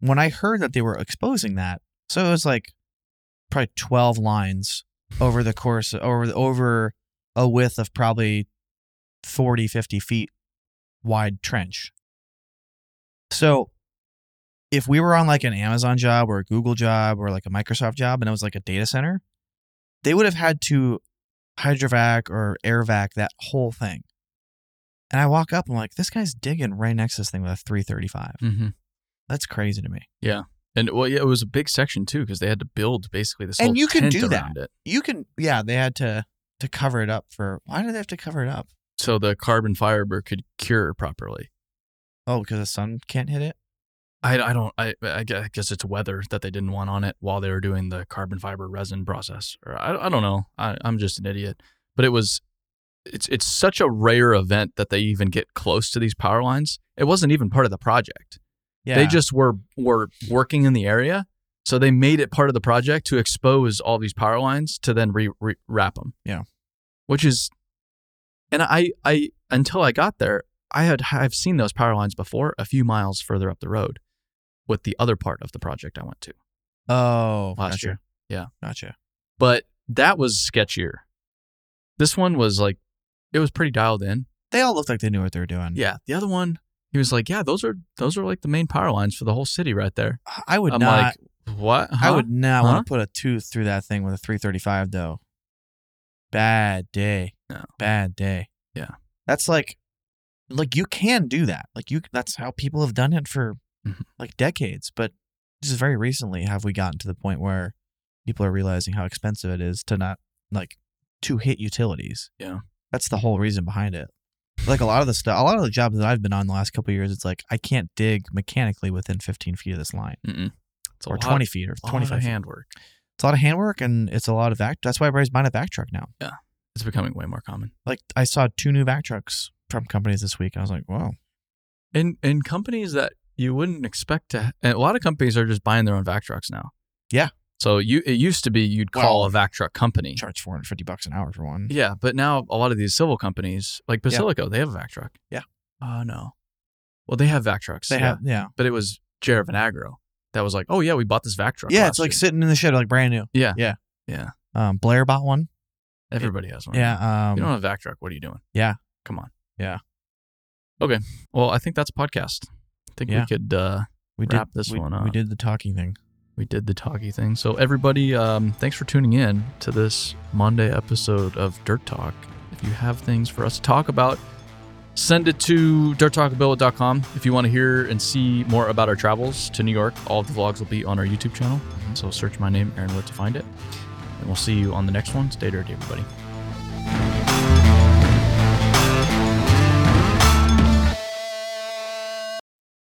Speaker 2: when I heard that they were exposing that, so it was like probably twelve lines over the course over over a width of probably 40, 50 feet wide trench. So if we were on like an Amazon job or a Google job or like a Microsoft job and it was like a data center, they would have had to hydrovac or airvac that whole thing. And I walk up, I'm like, this guy's digging right next to this thing with a 335.
Speaker 1: Mm-hmm.
Speaker 2: That's crazy to me.
Speaker 1: And well, yeah, it was a big section too because they had to build basically this
Speaker 2: And
Speaker 1: whole
Speaker 2: you can
Speaker 1: tent
Speaker 2: do that.
Speaker 1: around it.
Speaker 2: You can, yeah, they had to to cover it up for. Why do they have to cover it up?
Speaker 1: So the carbon fiber could cure properly.
Speaker 2: Oh, because the sun can't hit it.
Speaker 1: I, I don't I, I gue- I guess it's weather that they didn't want on it while they were doing the carbon fiber resin process or I, I don't know I, I'm just an idiot but it was it's it's such a rare event that they even get close to these power lines it wasn't even part of the project
Speaker 2: Yeah,
Speaker 1: they just were were working in the area so they made it part of the project to expose all these power lines to then re, re- wrap them
Speaker 2: Yeah.
Speaker 1: which is and I I until I got there I had I've seen those power lines before a few miles further up the road with the other part of the project I went to
Speaker 2: Oh,
Speaker 1: last
Speaker 2: gotcha,
Speaker 1: year
Speaker 2: gotcha.
Speaker 1: but that was sketchier this one was like it was pretty dialed in
Speaker 2: They all looked like they knew what they were doing.
Speaker 1: yeah the other one he was like yeah those are those are like the main power lines for the whole city right there
Speaker 2: I would
Speaker 1: I'm
Speaker 2: not.
Speaker 1: like what
Speaker 2: I
Speaker 1: Huh?
Speaker 2: would not
Speaker 1: Huh?
Speaker 2: want to put a tooth through that thing with a 335 though. Bad day.
Speaker 1: No.
Speaker 2: Bad day.
Speaker 1: Yeah.
Speaker 2: That's like like you can do that. Like you that's how people have done it for
Speaker 1: Mhm.
Speaker 2: like decades, but just very recently have we gotten to the point where people are realizing how expensive it is to not like to hit utilities.
Speaker 1: Yeah.
Speaker 2: That's the whole reason behind it. Like a lot of the stuff, a lot of the jobs that I've been on the last couple of years, it's like I can't dig mechanically within 15 feet of this line,
Speaker 1: Mm-mm. It's a
Speaker 2: or
Speaker 1: lot-
Speaker 2: 20 feet, or
Speaker 1: a lot of
Speaker 2: 25 feet.
Speaker 1: handwork.
Speaker 2: It's a lot of handwork and it's a lot of vac. That's why everybody's buying a vac truck now.
Speaker 1: It's becoming way more common.
Speaker 2: Like I saw two new vac trucks from companies this week, and I was like, "Wow,
Speaker 1: Hmm. In in companies that you wouldn't expect to, and a lot of companies are just buying their own vac trucks now.
Speaker 2: Yeah.
Speaker 1: So you it used to be you'd call
Speaker 2: Well- Mm-hmm.
Speaker 1: a vac truck company.
Speaker 2: charge four hundred fifty bucks an hour for one."
Speaker 1: Yeah, but now a lot of these civil companies like Basilico, they have a vac truck.
Speaker 2: Yeah.
Speaker 1: Oh no. Well, they have vac trucks.
Speaker 2: They
Speaker 1: yeah.
Speaker 2: have, yeah,
Speaker 1: but it was Jared Van Agro that was like, oh yeah, we bought this vac truck.
Speaker 2: yeah.
Speaker 1: last
Speaker 2: It's like
Speaker 1: year."
Speaker 2: sitting in the shed, like brand new.
Speaker 1: Yeah.
Speaker 2: yeah,
Speaker 1: Yeah.
Speaker 2: Um, Blair bought one.
Speaker 1: everybody has one.
Speaker 2: Yeah,
Speaker 1: If
Speaker 2: um,
Speaker 1: you don't have a vac truck. What are you doing?
Speaker 2: Yeah.
Speaker 1: Come on.
Speaker 2: Yeah.
Speaker 1: Okay. Well, I think that's a podcast. I think
Speaker 2: Yeah.
Speaker 1: we could. uh
Speaker 2: we
Speaker 1: wrap
Speaker 2: did
Speaker 1: this
Speaker 2: we,
Speaker 1: one
Speaker 2: We
Speaker 1: up.
Speaker 2: did the talking thing.
Speaker 1: we did the talkie thing. So everybody, um, thanks for tuning in to this Monday episode of Dirt Talk. If you have things for us to talk about, send it to dirttalkabillet.com. If you want to hear and see more about our travels to New York, all of the vlogs will be on our YouTube channel. So search my name, Aaron Wood, to find it. And we'll see you on the next one. Stay dirty, everybody.